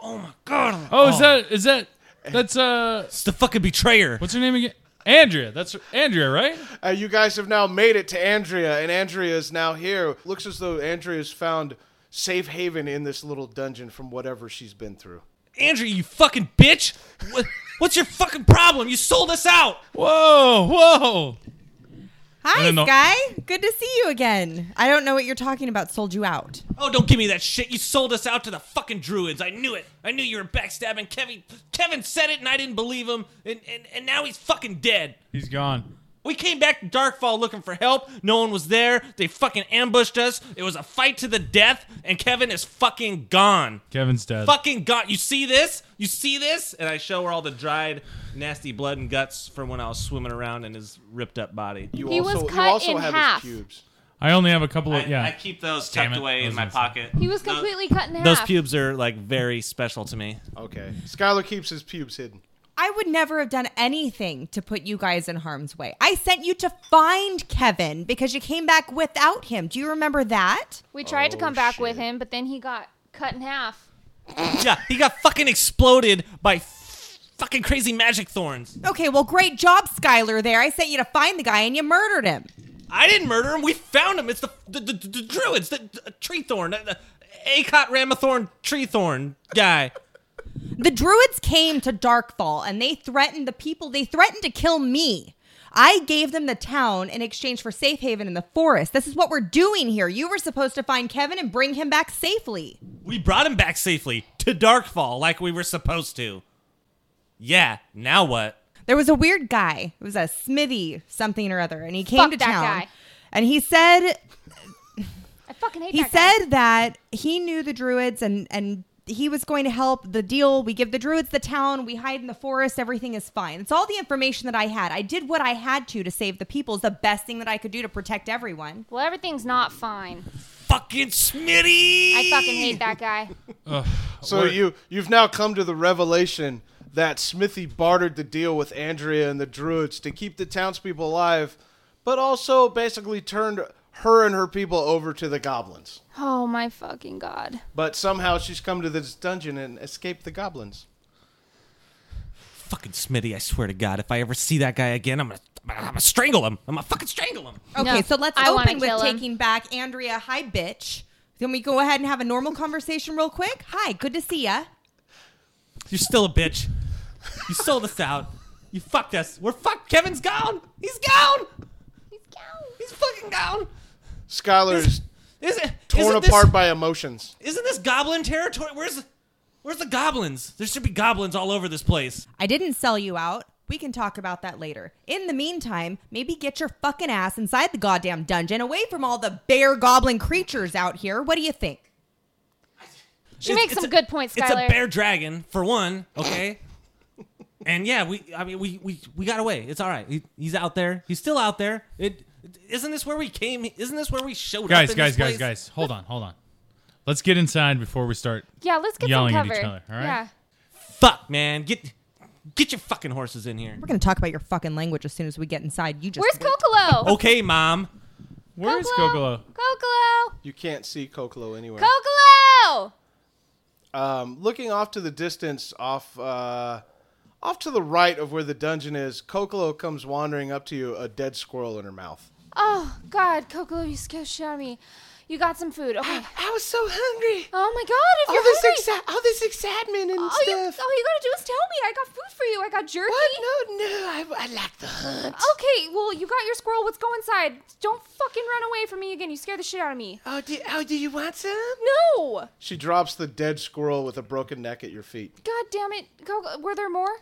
S2: oh my god.
S7: Oh, is that is that that's uh
S2: It's the fucking betrayer.
S7: what's her name again? Andrea. That's Andrea, right?
S4: Uh, you guys have now made it to Andrea, and Andrea is now here. Looks as though Andrea's found safe haven in this little dungeon from whatever she's been through.
S2: Andrew, you fucking bitch. What, what's your fucking problem? You sold us out.
S7: Whoa, whoa.
S3: Hi,
S7: don't know.
S3: Sky. Good to see you again. I don't know what you're talking about. Sold you out.
S2: Oh, don't give me that shit. You sold us out to the fucking druids. I knew it. I knew you were backstabbing Kevin. Kevin said it and I didn't believe him. And, and, and now he's fucking dead.
S7: He's gone.
S2: We came back to Darkfall looking for help. No one was there. They fucking ambushed us. It was a fight to the death, and Kevin is fucking gone.
S7: Kevin's dead.
S2: Fucking gone. You see this? You see this? And I show her all the dried, nasty blood and guts from when I was swimming around in his ripped up body.
S4: You
S5: He was
S4: also,
S5: cut
S4: you also
S5: in
S4: have
S5: half.
S4: his pubes.
S7: I only have a couple of
S2: I,
S7: yeah.
S2: I keep those
S7: Damn
S2: tucked
S7: it.
S2: away
S7: I
S2: in
S7: was
S2: my
S7: gonna say.
S2: pocket.
S5: He was completely cut in half.
S2: Those pubes are like very special to me.
S4: Okay. Skylar keeps his pubes hidden.
S3: I would never have done anything to put you guys in harm's way. I sent you to find Kevin because you came back without him. Do you remember that?
S5: We tried to
S4: Oh,
S5: come back with
S4: shit.
S5: him, but then he got cut in half.
S2: Yeah, he got fucking exploded by f- fucking crazy magic thorns.
S3: Okay, well, great job, Skylar, there. I sent you to find the guy and you murdered him.
S2: I didn't murder him. We found him. It's the the, the, the druids, the, the tree thorn, the, the Acot Ramathorn tree thorn guy.
S3: The druids came to Darkfall and they threatened the people. They threatened to kill me. I gave them the town in exchange for safe haven in the forest. This is what we're doing here. You were supposed to find Kevin and bring him back safely.
S2: We brought him back safely to Darkfall, like we were supposed to. Yeah. Now what?
S3: There was a weird guy. It was a Smithy something or other, and he came
S5: Fuck
S3: to
S5: that
S3: town.
S5: guy.
S3: And he said
S5: I fucking hate
S3: he
S5: that guy.
S3: said that he knew the druids and and he was going to help the deal we give the druids the town we hide in the forest everything is fine it's all the information that i had i did what i had to to save the people it's the best thing that i could do to protect everyone
S5: Well, everything's not fine.
S2: Fucking Smitty.
S5: I fucking hate that guy.
S4: So you you've now come to the revelation that Smithy bartered the deal with Andrea and the Druids to keep the townspeople alive, but also basically turned her and her people over to the goblins.
S5: Oh my fucking god.
S4: But somehow she's come to this dungeon and escaped the goblins.
S2: Fucking Smitty, I swear to God, if I ever see that guy again, I'm gonna, I'm gonna, I'm gonna strangle him. I'm gonna fucking strangle him.
S3: Okay,
S5: No,
S3: so let's
S5: I wanna
S3: open with
S5: kill him.
S3: taking back Andrea. Hi, bitch. Then we go ahead and have a normal conversation real quick. Hi, good to see ya.
S2: You're still a bitch. You sold us out. You fucked us. We're fucked. Kevin's gone. He's gone.
S5: He's gone.
S2: He's fucking gone.
S4: Skylar's
S2: Is it
S4: torn
S2: isn't
S4: apart
S2: This,
S4: by emotions.
S2: isn't this goblin territory? Where's where's the goblins? There should be goblins all over this place.
S3: I didn't sell you out. We can talk about that later. In the meantime, maybe get your fucking ass inside the goddamn dungeon, away from all the bear goblin creatures out here. What do you think?
S5: She
S2: It's-
S5: makes
S2: it's
S5: some
S2: a-
S5: good points,
S2: It's a
S5: Skylar.
S2: bear dragon for one. Okay. *laughs* and yeah, we I mean we we we got away. It's all right. He, he's out there. He's still out there. It. Isn't this where we came? Isn't this where we showed
S7: Guys,
S2: up? in
S7: guys,
S2: this
S7: guys,
S2: place?
S7: guys. Hold on, hold on. Let's get inside before we start.
S5: Yeah, let's get
S7: Yelling
S5: some
S7: at
S5: cover.
S7: each other, all right?
S5: Yeah.
S2: Fuck, man. Get get your fucking horses in here.
S3: We're gonna talk about your fucking language as soon as we get inside. You just
S5: Where's Kokolo?
S2: Okay, mom.
S7: Where is
S5: Kokolo?
S7: Kokolo?
S5: Kokolo.
S4: You can't see Kokolo anywhere.
S5: Kokolo.
S4: um, looking off to the distance, off uh, off to the right of where the dungeon is, Kokolo comes wandering up to you, a dead squirrel in her mouth.
S5: Oh God, Kokolo, you scared the shit out of me. You got some food.
S4: *gasps*
S5: Okay.
S4: I was so hungry.
S5: Oh my God, if you're hungry.
S4: all this excitement and
S5: all, you, all you gotta do is tell me. I got food for you. I got jerky.
S4: Oh, No, no, I, I like the hunt.
S5: Okay, well, you got your squirrel. Let's go inside. Don't fucking run away from me again. You scared the shit out of me.
S4: Oh, do, oh, do you want some?
S5: No!
S4: She drops the dead squirrel with a broken neck at your feet.
S5: God damn it. Go, were there more?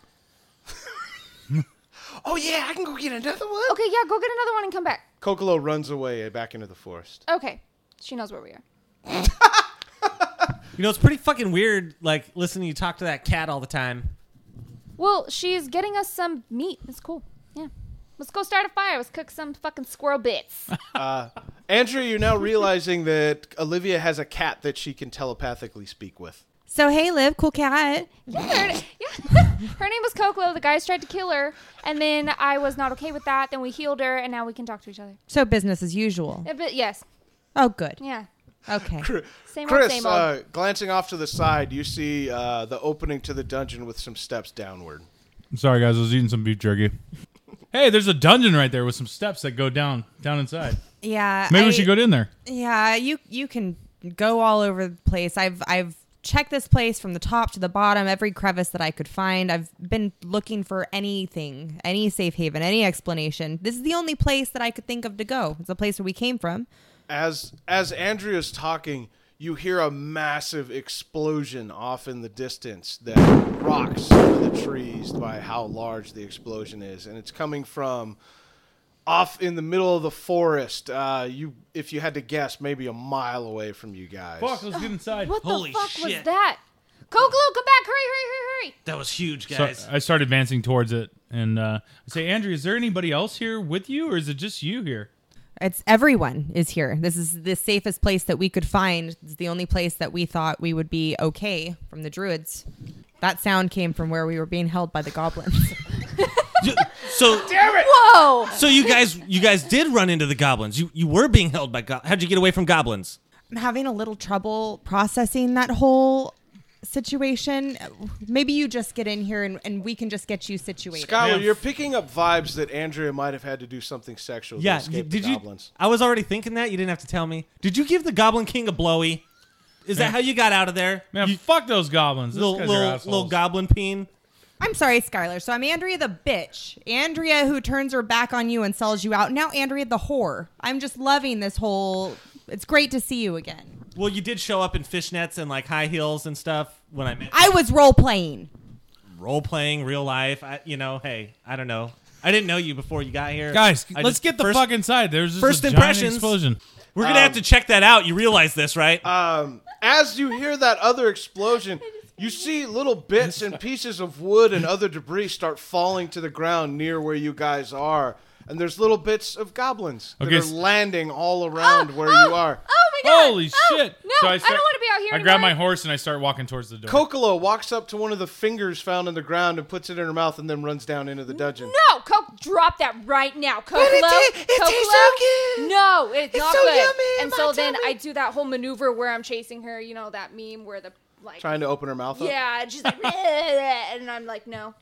S4: Oh yeah, I can go get another one.
S5: Okay, yeah, go get another one and come back.
S4: Kokolo runs away back into the forest.
S5: Okay. She knows where we are.
S2: You know, it's pretty fucking weird, like, listening you talk to that cat all the time.
S5: Well, she's getting us some meat. That's cool. Yeah. Let's go start a fire. Let's cook some fucking squirrel bits.
S4: Andrew, you're now realizing that Olivia has a cat that she can telepathically speak with.
S3: So hey, Liv, cool cat.
S5: Her, *laughs* yeah. her name was Koklo. The guys tried to kill her, and then I was not okay with that. Then we healed her, and now we can talk to each other.
S3: So business as usual.
S5: Yeah, but yes,
S3: Oh, good.
S5: yeah,
S3: Okay.
S5: same old,
S4: Chris,
S5: same old.
S4: uh, glancing off to the side, you see uh, the opening to the dungeon with some steps downward.
S7: I'm sorry, guys. I was eating some beef jerky. hey, there's a dungeon right there with some steps that go down, down inside.
S3: Yeah.
S7: Maybe
S3: I-
S7: we should go in there.
S3: Yeah, you you can go all over the place. I've I've checked this place from the top to the bottom, every crevice that I could find. I've been looking for anything, any safe haven, any explanation. This is the only place that I could think of to go. It's the place where we came from.
S4: As as Andrea's talking, you hear a massive explosion off in the distance that rocks over the trees by how large the explosion is, and it's coming from off in the middle of the forest. Uh, you, if you had to guess, maybe a mile away from you guys.
S7: Fuck, let's get inside.
S5: what
S2: holy
S5: the fuck was
S2: shit.
S5: that? Koklo, come back! Hurry, hurry, hurry, hurry!
S2: That was huge,
S7: So
S2: guys.
S7: I start advancing towards it, and uh, I say, Andrew, is there anybody else here with you, or is it just you here?
S3: It's everyone is here. This is the safest place that we could find. It's the only place that we thought we would be okay from the druids. That sound came from where we were being held by the goblins. *laughs*
S2: You- so,
S5: Whoa!
S2: so you guys, you guys did run into the goblins. You, you were being held by goblins. How'd you get away from goblins?
S3: I'm having a little trouble processing that whole situation. Maybe you just get in here and, and we can just get you situated.
S4: Skylar,
S7: Yeah.
S4: you're picking up vibes that Andrea might have had to do something sexual to escape the goblins.
S2: I was already thinking that. You didn't have to tell me. Did you give the Goblin King a blowy? Is that how you got out of there?
S7: Man,
S2: you,
S7: fuck those goblins. Those
S2: little,
S7: guys are
S2: little,
S7: assholes.
S2: little goblin peen.
S3: I'm sorry, Skylar. So I'm Andrea the bitch. Andrea who turns her back on you and sells you out. Now Andrea the whore. I'm just loving this whole. It's great to see you again.
S2: Well, you did show up in fishnets and like high heels and stuff when I met
S3: I was role playing.
S2: role playing real life. I, you know, hey, I don't know. I didn't know you before you got here,
S7: Guys,
S2: I
S7: let's
S2: just-
S7: get the
S2: first-
S7: fuck inside. There's just
S2: first
S7: a giant
S2: impressions.
S7: explosion.
S2: We're gonna have to check that out. You realize this, right?
S4: As you hear that other
S5: *laughs*
S4: explosion, you see little bits and pieces of wood and other debris start falling to the ground near where you guys are. And there's little bits of goblins that
S7: Okay,
S4: are
S7: s-
S4: landing
S5: Ah,
S4: all around where you are.
S5: Oh my God!
S7: Holy
S5: Oh,
S7: shit!
S5: No, I, don't want to be out here.
S7: I
S5: anymore.
S7: grab my horse and I start walking towards the door.
S4: Kokolo walks up to one of the fingers found in the ground and puts it in her mouth and then runs down into the dungeon.
S5: No, Coke. drop that right now. Coke
S6: it
S5: Low,
S6: ta- it
S5: Coke
S6: tastes
S5: Low.
S6: so good.
S5: No, it's,
S6: It's
S5: not
S6: so
S5: good.
S6: yummy in
S5: and
S6: my
S5: so then
S6: tummy.
S5: I do that whole maneuver where I'm chasing her. You know that meme where the like
S4: Trying to open her mouth up.
S5: yeah, and she's like, *laughs* "Bleh," and I'm like, no.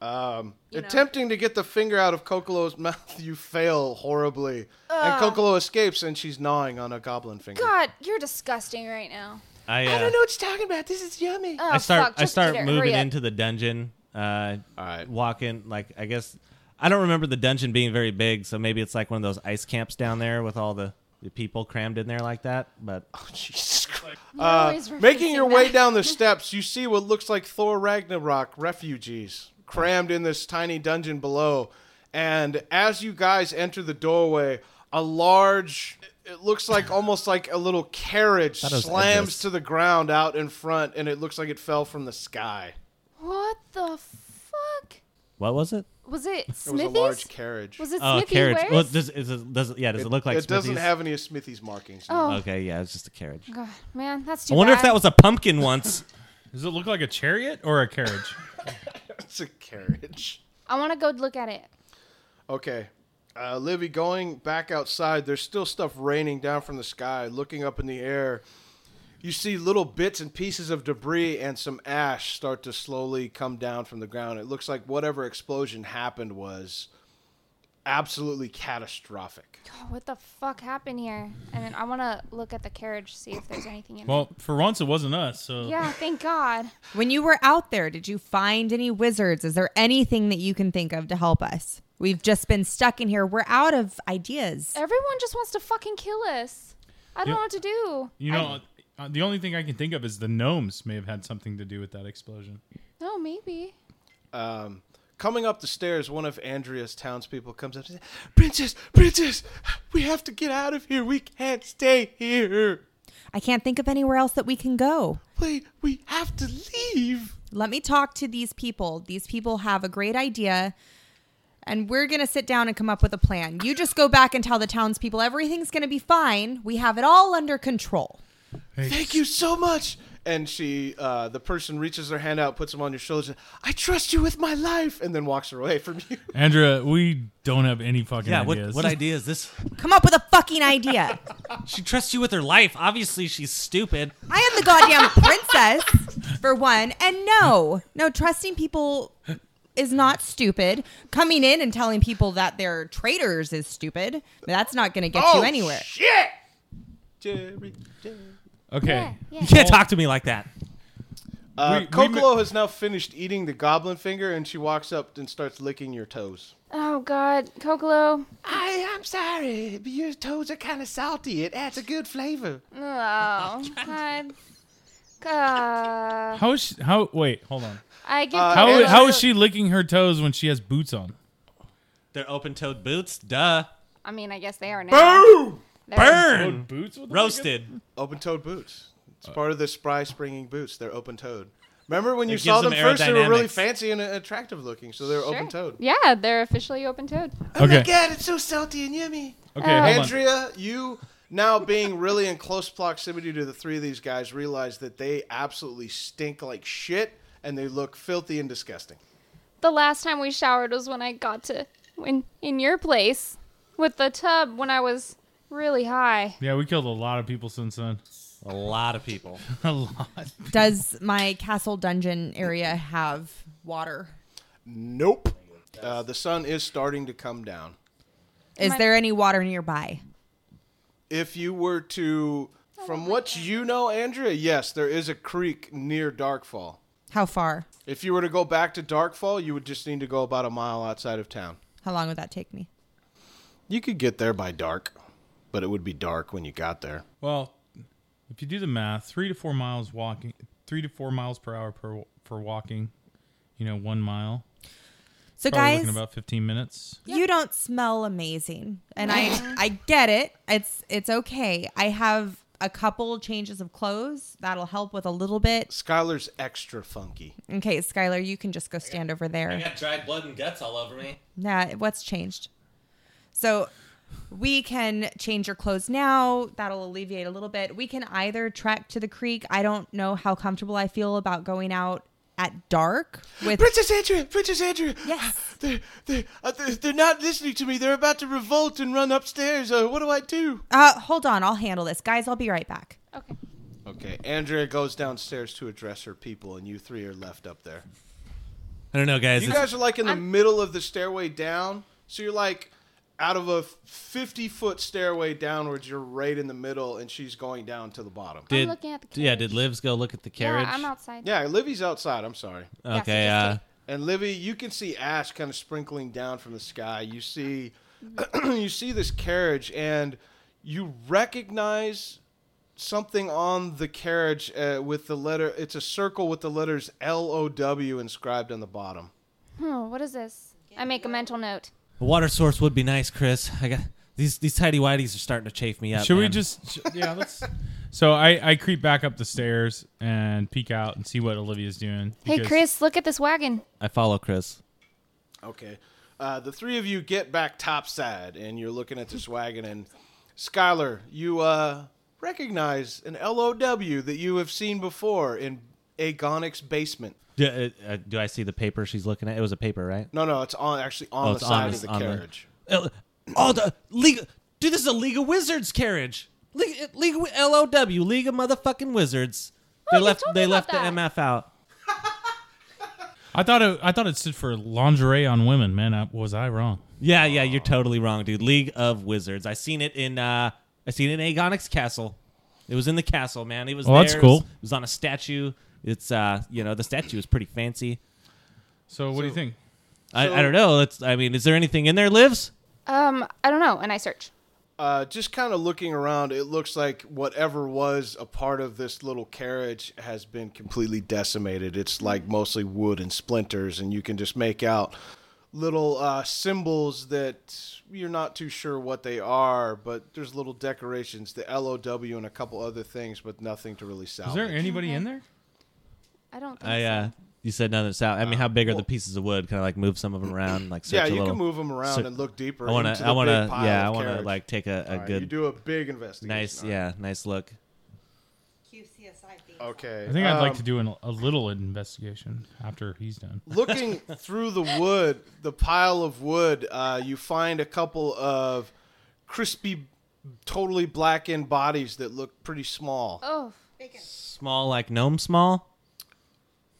S5: You know.
S4: Attempting to get the finger out of Kokolo's *laughs* mouth, you fail horribly. And Kokolo escapes and she's gnawing on a goblin finger.
S5: God, you're disgusting right now.
S6: I
S2: I, uh,
S6: don't know what you're talking about. This is yummy.
S5: Oh,
S2: I start
S5: fuck,
S2: I
S5: just eat
S2: start
S5: it.
S2: moving
S5: Hurry up.
S2: into the dungeon. Uh,
S4: All right.
S2: walking like I guess I don't remember the dungeon being very big, so maybe it's like one of those ice camps down there with all the, the people crammed in there like that. But
S4: *laughs* Jesus Christ.
S5: always
S4: Uh, making your
S5: referencing
S4: way
S5: that.
S4: down the steps, you see what looks like Thor Ragnarok refugees crammed in this tiny dungeon below. And as you guys enter the doorway, a large, it looks
S5: *laughs*
S4: like almost like a little carriage
S8: Thought it was
S4: slams
S8: Edris.
S4: to the ground out in front, and it looks like it fell from the sky.
S5: What the fuck?
S2: what was it?
S5: Was it
S4: It was
S5: Smithy's?
S4: a large carriage.
S5: Was it
S2: Oh,
S5: Smithy
S2: carriage.
S5: Wares?
S2: Well, does, is it, does it- yeah? Does it, look like
S4: It doesn't
S2: Smithy's?
S4: have any of Smithy's markings. no.
S5: oh
S2: Okay, yeah, it's just a carriage.
S5: god, man, that's too.
S2: I wonder
S5: bad.
S2: if that was a pumpkin
S5: *laughs*
S2: once.
S7: Does it look like a chariot or a carriage?
S4: It's a carriage.
S5: I want to go look at it.
S4: Okay. Uh, Livy, going back outside, there's still stuff raining down from the sky. Looking up in the air, you see little bits and pieces of debris and some ash start to slowly come down from the ground. It looks like whatever explosion happened was absolutely catastrophic.
S5: God, Oh, what the fuck happened here? And then I want to look at the carriage, see if there's anything
S7: *laughs*
S5: in
S7: well, for once it wasn't us. So
S5: it. Yeah, thank God.
S3: When you were out there, did you find any wizards? Is there anything that you can think of to help us? We've just been stuck in here. We're out of ideas.
S5: Everyone just wants to fucking kill us. I don't
S7: Yeah.
S5: know what to do.
S7: you
S5: I-
S7: know, uh the only thing I can think of is the gnomes may have had something to do with that explosion.
S5: no, maybe.
S4: Um, coming up the stairs, one of Andrea's townspeople comes up and says, Princess, Princess, we have to get out of here. We can't stay here.
S3: I can't think of anywhere else that we can go.
S4: We, we have to leave.
S3: Let me talk to these people. These people have a great idea, and we're going to sit down and come up with a plan. You just go back and tell the townspeople everything's going to be fine. We have it all under control.
S4: Thank you so much. And she, uh, the person reaches her hand out, puts him on your shoulders. and, I trust you with my life, and then walks away from you.
S7: Andrea, we don't have any fucking
S2: Yeah, what
S7: ideas.
S2: what idea is this?
S3: Come up with a fucking idea.
S2: She trusts you with her life. Obviously, she's
S5: *laughs*
S2: stupid.
S3: I am the goddamn princess, for one. And no, no, trusting people is not stupid. Coming in and telling people that they're traitors is stupid. That's not going to get
S4: Oh,
S3: you anywhere.
S6: Oh, Shit!
S4: Jerry, Jerry.
S7: okay.
S5: Yeah,
S2: You
S5: yeah.
S2: can't talk to me like that.
S4: Uh,
S7: We- we
S4: Kokolo
S7: ma-
S4: has now finished eating the goblin finger, and she walks up and starts licking your toes.
S5: Oh God, Kokolo.
S6: I, I'm sorry, but your toes are kind of salty. It adds a good flavor.
S5: Oh God. God.
S7: How is she, how? Wait, hold on.
S5: I get.
S4: Uh,
S7: How,
S5: Kokolo.
S7: how is she licking her toes when she has boots on?
S2: They're open-toed boots. Duh.
S5: I mean, I guess they are now. They're-
S2: Burn.
S7: Boots with
S2: Roasted.
S4: Open toed boots. It's part of the spry springing boots. They're open toed. Remember when you
S2: It
S4: saw
S2: gives
S4: them
S2: them
S4: first? They were really
S2: aerodynamics.
S4: fancy and uh, attractive looking, so they're
S5: Sure.
S4: open toed.
S5: Yeah, they're officially open-toed.
S6: Oh my
S7: Okay.
S6: god, it's so salty and yummy.
S7: Okay, hold on.
S4: Andrea, you now being really in close proximity to the three of these guys realize that they absolutely stink like shit and they look filthy and disgusting.
S5: The last time we showered was when I got to in in your place with the tub when I was really high.
S7: Yeah, we killed a lot of people since then. *laughs*
S2: A lot of people.
S7: a lot.
S3: Does my castle dungeon area have water?
S4: Nope. Uh, the sun is starting to come down.
S3: Is
S5: My-
S3: there any water nearby?
S4: If you were to,
S7: Oh
S4: from what you know, Andrea, yes, there is a creek near Darkfall.
S3: How far?
S4: If you were to go back to Darkfall, you would just need to go about a mile outside of town.
S3: How long would that take me?
S4: You could get there by dark, but it would be dark when you got there.
S7: Well, if you do the math, three to four miles walking, three to four miles per hour per for walking, you know, one mile.
S3: So,
S7: Probably
S3: guys,
S7: looking about fifteen minutes.
S3: you don't smell amazing and i i get it it's it's okay i have a couple changes of clothes that'll help with a little bit
S4: Skylar's extra funky.
S3: okay skylar you can just go stand over there
S2: got dried blood and guts all over me.
S3: yeah what's changed so we can change your clothes now that'll alleviate a little bit we can either trek to the creek i don't know how comfortable i feel about going out at dark with
S4: Princess Andrea, Princess Andrea.
S3: Yes.
S4: *sighs* They're, they're, uh, they're, they're not listening to me. They're about to revolt and run upstairs. Uh, what do I do?
S3: uh hold on, I'll handle this. Guys, I'll be right back.
S5: Okay.
S4: Okay, Andrea goes downstairs to address her people, and you three are left up there.
S2: I don't know, guys.
S4: You
S2: It's-
S4: guys are like in the middle of the stairway down, so you're like out of a 50 foot stairway downwards, you're right in the middle, and she's going down to the bottom.
S2: did,
S5: I'm looking at the
S2: yeah, did Livs go look at the carriage?
S5: Yeah, I'm outside.
S4: Yeah, Livy's outside. I'm sorry.
S5: so
S2: Okay,
S5: just
S2: uh,
S5: take-
S4: And Livy, you can see ash kind of sprinkling down from the sky. You see, *clears throat* you see this carriage, and you recognize something on the carriage uh, with the letter. It's a circle with the letters L O W inscribed on the bottom.
S5: Hmm, what is this? I make a mental note.
S2: a water source would be nice, Chris. I got these these tidy whities are starting to chafe me up.
S7: Should we *laughs*
S2: man.
S7: just? sh- Yeah, let's. So I, I creep back up the stairs and peek out and see what Olivia's doing.
S5: Hey,
S7: because-
S5: Chris, look at this wagon.
S2: I follow Chris.
S4: Okay. Uh, the three of you get back topside, and you're looking at this wagon. And Skylar, you uh, recognize an LOW that you have seen before in Agonic's basement.
S2: Do, uh, uh, do I see the paper she's looking at? It was a paper, right?
S4: No, no, it's on actually on
S2: Oh,
S4: the
S2: it's on
S4: side
S2: this-
S4: of the
S2: on the-
S4: carriage.
S2: L- oh, the League. Dude, this is a League of Wizards carriage. League, League of- LOW, League of motherfucking Wizards.
S5: Oh,
S2: they
S5: you
S2: left.
S5: told me
S2: They
S5: about
S2: left
S5: that.
S2: the MF out.
S7: I thought it, I thought it stood for lingerie on women. Man, I, was I wrong?
S2: Yeah, yeah, you're totally wrong, dude. League of Wizards. I seen it in. uh I seen it in Agonic's castle. It was in the castle, man. It was.
S7: Oh, that's
S2: there.
S7: cool.
S2: It was, it was on a statue. It's uh, you know, the statue is pretty fancy.
S7: So what do you think?
S2: I,
S4: So-
S2: I don't know. It's. I mean, is there anything in there, Lives?
S5: Um, I don't know. And I search.
S4: Uh, just kind of looking around, it looks like whatever was a part of this little carriage has been completely decimated. It's
S2: Mm.
S4: like mostly wood and splinters, and you can just make out little uh, symbols that you're not too sure what they are, but there's little decorations, the LOW and a couple other things, but nothing to really salvage.
S7: Is there anybody in there?
S5: I don't think
S2: I.
S5: so.
S2: uh You said none of this out. I mean, how big are the pieces of wood? Kind of like move some of them around, like search
S4: yeah,
S2: a
S4: you
S2: little.
S4: can move them around
S2: Search-
S4: and look deeper.
S2: I want
S4: into
S2: to.
S4: the
S2: I want to.
S4: big pile
S2: Yeah, I
S4: of
S2: want to
S4: carriage.
S2: like take a, a
S4: All right, You
S2: good,
S4: do a big investigation.
S2: nice.
S4: All right.
S2: Yeah, nice look.
S4: Okay.
S7: I think I'd like
S4: um,
S7: to do an, a little investigation after he's done.
S4: looking through the wood, the pile of wood, uh, you find a couple of crispy, totally blackened bodies that look pretty small
S5: Oh,
S2: Small, like gnome small.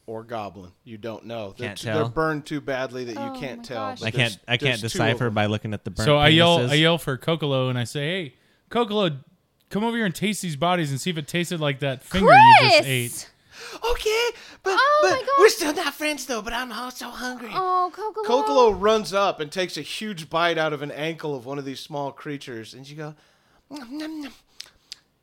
S4: or goblin. You don't know. They're,
S2: Can't
S4: too-
S2: tell.
S4: they're burned too badly that you
S5: Oh
S4: can't
S5: my
S4: tell.
S5: gosh.
S4: but
S2: I
S4: there's-
S2: can't. I can't
S4: there's two of
S2: decipher
S4: them.
S2: by looking at the burnt.
S7: So I yell,
S2: penises.
S7: I yell for Kokolo, and I say, "Hey, Kokolo, come over here and taste these bodies and see if it tasted like that finger you just ate."
S5: Chris!
S6: Okay, but,
S5: Oh my
S6: but
S5: God.
S6: we're still not friends though. But I'm also hungry.
S5: Oh, Kokolo.
S4: Kokolo runs up and takes a huge bite out of an ankle of one of these small creatures, and you go,
S6: Nom, nom, nom.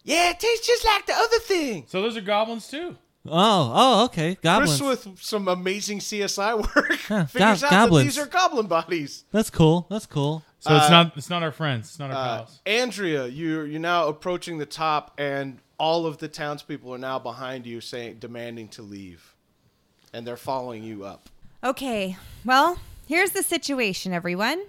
S6: Yeah, it tastes just like the other thing.
S7: So those are goblins too.
S2: Oh, oh, okay. Goblins.
S4: Chris with some amazing CSI work *laughs* figures
S2: gob-
S4: out that
S2: goblins.
S4: these are goblin bodies.
S2: That's cool. That's cool.
S7: So it's not it's not our friends. It's not our
S4: Uh,
S7: pals.
S4: Andrea, you're you're now approaching the top, and all of the townspeople are now behind you, saying, demanding to leave, and they're following you up.
S3: Okay. Well, here's the situation, everyone.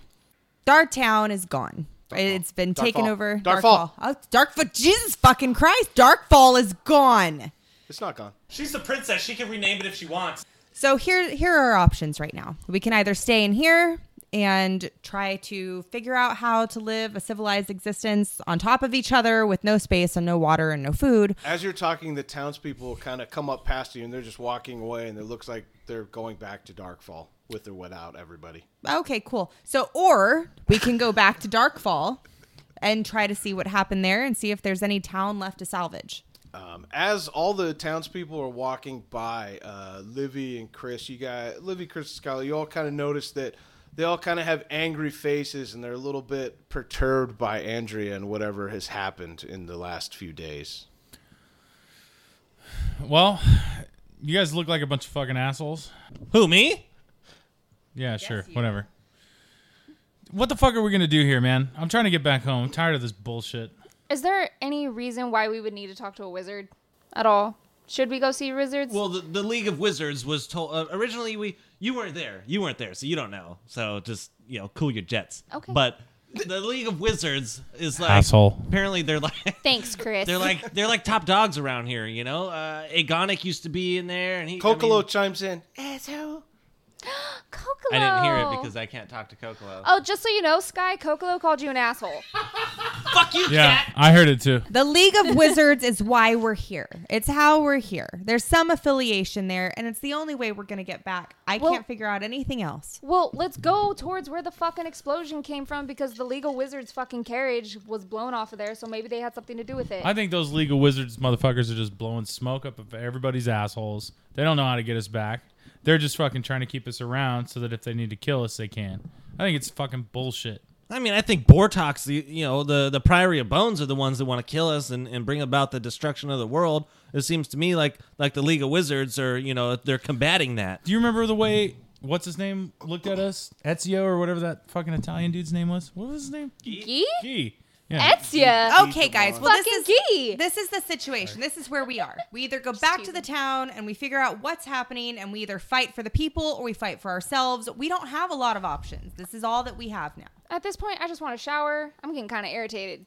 S3: Darktown is gone. It's been
S4: Darkfall.
S3: taken over.
S4: Darkfall.
S3: Oh, Darkfall. Jesus fucking Christ. Darkfall is gone.
S4: It's not gone.
S2: She's the princess. She can rename it if she wants.
S3: So here here are our options right now. We can either stay in here and try to figure out how to live a civilized existence on top of each other with no space and no water and no food.
S4: As you're talking, the townspeople kind of come up past you, and they're just walking away, and it looks like they're going back to Darkfall with or without everybody.
S3: Okay, cool. So or we can go back to Darkfall and try to see what happened there and see if there's any town left to salvage.
S4: Um, as all the townspeople are walking by, uh, Livy and Chris, you guys, Livy, Chris, and Skylar, you all kind of notice that they all kind of have angry faces and they're a little bit perturbed by Andrea and whatever has happened in the last few days.
S7: Well, you guys look like a bunch of fucking assholes.
S2: Who me?
S7: Yeah, sure, whatever. What the fuck are we gonna do here, man? I'm trying to get back home. I'm tired of this bullshit.
S5: Is there any reason why we would need to talk to a wizard at all? Should we go see wizards?
S2: Well, the, the League of Wizards was told uh, originally we you weren't there. You weren't there, so you don't know. So just, you know, cool your jets.
S5: Okay.
S2: But the League of Wizards is like
S1: Asshole.
S2: apparently they're like *laughs*
S5: Thanks, Chris.
S2: they're like they're like top dogs around here. You know, uh, Agonic used to be in there, and he I
S4: Kokolo
S2: mean,
S4: chimes in.
S6: Asshole.
S5: Kokolo.
S2: I didn't hear it because I can't talk to Kokolo.
S5: Oh, just so you know, Sky, Kokolo called you an asshole.
S2: fuck you,
S7: Yeah,
S2: cat!
S7: I heard it too.
S3: The League
S5: *laughs*
S3: of Wizards is why we're here. It's how we're here. There's some affiliation there, and it's the only way we're going to get back. I
S5: Well-
S3: can't figure out anything else.
S5: Well, let's go towards where the fucking explosion came from because the League of Wizards fucking carriage was blown off of there, so maybe they had something to do with it.
S7: I think those League of Wizards motherfuckers are just blowing smoke up of everybody's assholes. They don't know how to get us back. They're just fucking trying to keep us around so that if they need to kill us, they can. I think it's fucking bullshit.
S2: I mean, I think Bortox, the, you know, the, the Priory of Bones are the ones that want to kill us and, and bring about the destruction of the world. It seems to me like like the League of Wizards are, you know, they're combating that.
S7: Do you remember the way what's his name looked at us? Ezio or whatever that fucking Italian dude's name was. What was his name?
S5: Gee?
S7: Gee. Yeah.
S5: Ezia.
S3: Okay, guys. Well, this
S5: Fucking
S3: is
S5: gee.
S3: this is the situation. This is where we are. We either go back to the town and we figure out what's happening, and we either fight for the people or we fight for ourselves. We don't have a lot of options. This is all that we have now.
S5: At this point, I just want to shower. I'm getting kind of irritated.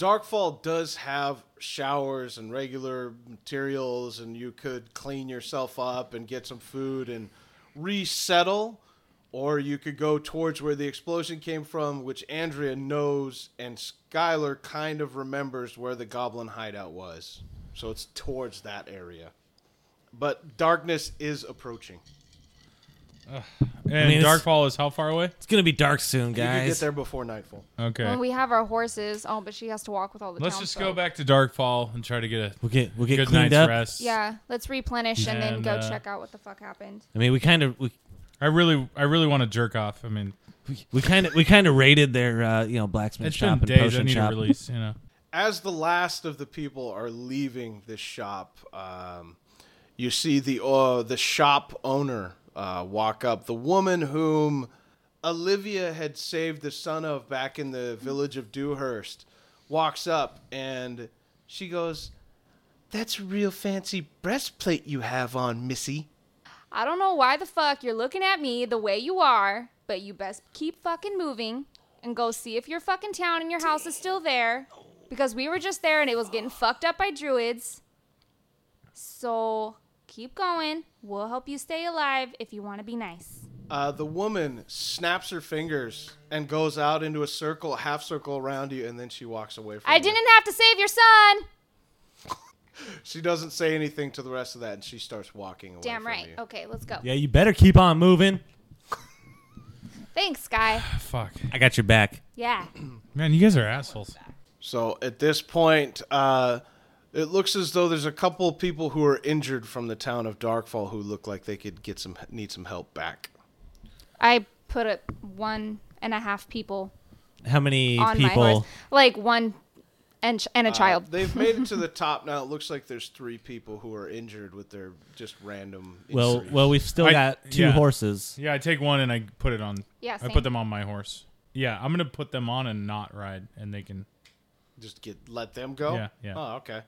S4: Darkfall does have showers and regular materials, and you could clean yourself up and get some food and resettle, or you could go towards where the explosion came from, which Andrea knows and Skylar kind of remembers where the goblin hideout was. So it's towards that area. But darkness is approaching.
S7: And
S2: mean, it's-
S7: Darkfall is how far away?
S2: It's going to be dark soon,
S4: You could get
S2: guys.
S4: there before nightfall.
S7: Okay.
S5: When we have our horses, oh, but she has to walk with all the
S7: Let's just go
S5: townsfolk.
S7: back to Darkfall and try to get a
S2: We'll get we'll get
S7: good
S2: cleaned
S7: night's
S2: up.
S7: rest.
S5: Yeah, let's replenish and, then
S7: And,
S5: go
S7: uh,
S5: check out what the fuck happened.
S2: I mean, we kind of we,
S7: I really, I really want to jerk off. I mean,
S2: we kind of we kind of raided their uh, you know blacksmith
S7: it's
S2: shop
S7: been days.
S2: and
S7: I
S2: potion
S7: need
S2: shop.
S7: a release. You know.
S4: as the last of the people are leaving this shop, um, you see the uh, the shop owner uh, walk up. The woman whom Olivia had saved the son of back in the village of Dewhurst walks up and she goes, "That's a real fancy breastplate you have on, Missy."
S5: I don't know why the fuck you're looking at me the way you are, but you best keep fucking moving and go see if your fucking town and your house is still there. Because we were just there and it was getting fucked up by druids. So keep going. We'll help you stay alive if you want to be nice.
S4: Uh, the woman snaps her fingers and goes out into a circle, half circle around you, and then she walks away from
S5: I
S4: you.
S5: didn't have to save your son.
S4: She doesn't say anything to the rest of that, and she starts walking away.
S5: Damn
S4: from
S5: right. Oh.
S4: you.
S5: Okay, let's go.
S2: Yeah, you better keep on moving.
S5: Thanks, Sky.
S7: Fuck,
S2: I got your back. *clears throat*
S5: Yeah.
S7: man, you guys are assholes.
S4: So at this point, uh, it looks as though there's a couple people who are injured from the town of Darkfall who look like they could get some need some help back.
S5: I put up one and a half people
S2: How many
S5: on my horse.
S2: people?
S5: Like one and, ch- and a
S4: Uh,
S5: child.
S4: they've made it to
S5: *laughs*
S4: the top now. It looks like there's three people who are injured with their just random.
S2: Well,
S4: injuries.
S2: well, we've still
S7: I-
S2: got two
S7: yeah.
S2: horses.
S7: Yeah, I take one and I put it on.
S5: Yeah,
S7: I
S5: same.
S7: put them on my horse. Yeah, I'm gonna put them on and not ride, and they can.
S4: just get let them go.
S7: Yeah, yeah.
S4: Oh, okay.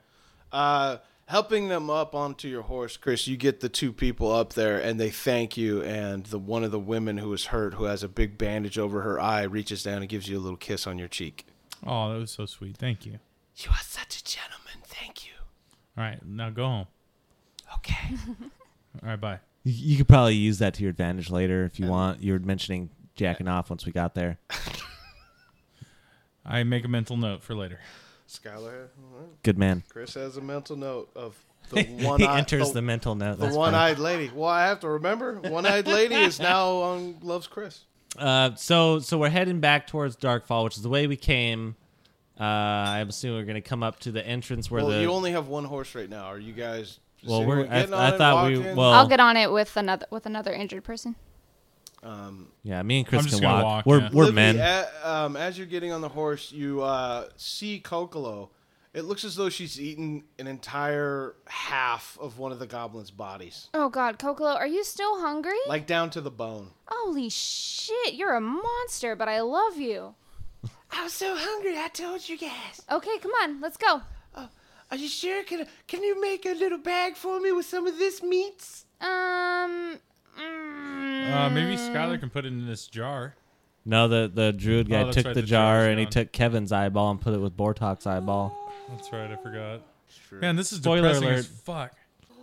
S4: Uh, helping them up onto your horse, Chris. You get the two people up there, and they thank you. And the one of the women who is hurt, who has a big bandage over her eye, reaches down and gives you a little kiss on your cheek.
S7: Oh, that was so sweet. Thank you.
S4: You are such a gentleman. Thank you.
S7: All right, now go home.
S5: *laughs*
S4: Okay.
S7: All right, bye.
S2: You, you could probably use that to your advantage later if you want. You were mentioning jacking off once we got there.
S7: I make a mental note for later.
S4: Skylar,
S2: Good man.
S4: Chris has a mental note of
S2: *laughs*
S4: the one
S2: he
S4: eye,
S2: enters the,
S4: the,
S2: mental note.
S4: the
S2: That's funny.
S4: one-eyed lady. Well, I have to remember. One-eyed lady is now on loves Chris.
S2: Uh, so so we're heading back towards Darkfall, which is the way we came. Uh, I'm assuming we're gonna come up to the entrance where
S4: Well,
S2: the
S4: you only have one horse right now. Are you guys? is
S2: Well, we're-
S4: anyone
S2: I-
S4: getting
S2: I
S4: on it,
S2: thought we-
S4: walking?
S2: well-
S5: I'll get on it with another with another injured person.
S4: Um,
S2: yeah. Me and Chris
S7: I'm just
S2: can
S7: gonna
S2: walk.
S7: walk,
S2: We're
S7: yeah.
S2: we're
S4: Livy,
S2: men.
S4: a- um, as you're getting on the horse, you uh, see Kokolo. It looks as though she's eaten an entire half of one of the goblin's bodies,
S5: Oh God, Kokolo, are you still hungry?
S4: like down to the bone.
S5: Holy shit, you're a monster, but I love you.
S6: I was so hungry. I told you guys.
S5: Okay, come on, let's go.
S6: Are you sure? Can can you make a little bag for me with some of this meats?
S5: Um. mm,
S7: Uh, maybe Skylar can put it in this jar.
S2: No, the, the druid guy
S7: Oh, that's
S2: took
S7: right,
S2: the
S7: the
S2: jar
S7: jar's
S2: and he
S7: gone.
S2: took Kevin's eyeball and put it with Bortok's eyeball.
S7: That's right. I forgot. Man, this is
S2: Spoiler
S7: depressing
S2: alert.
S7: as fuck.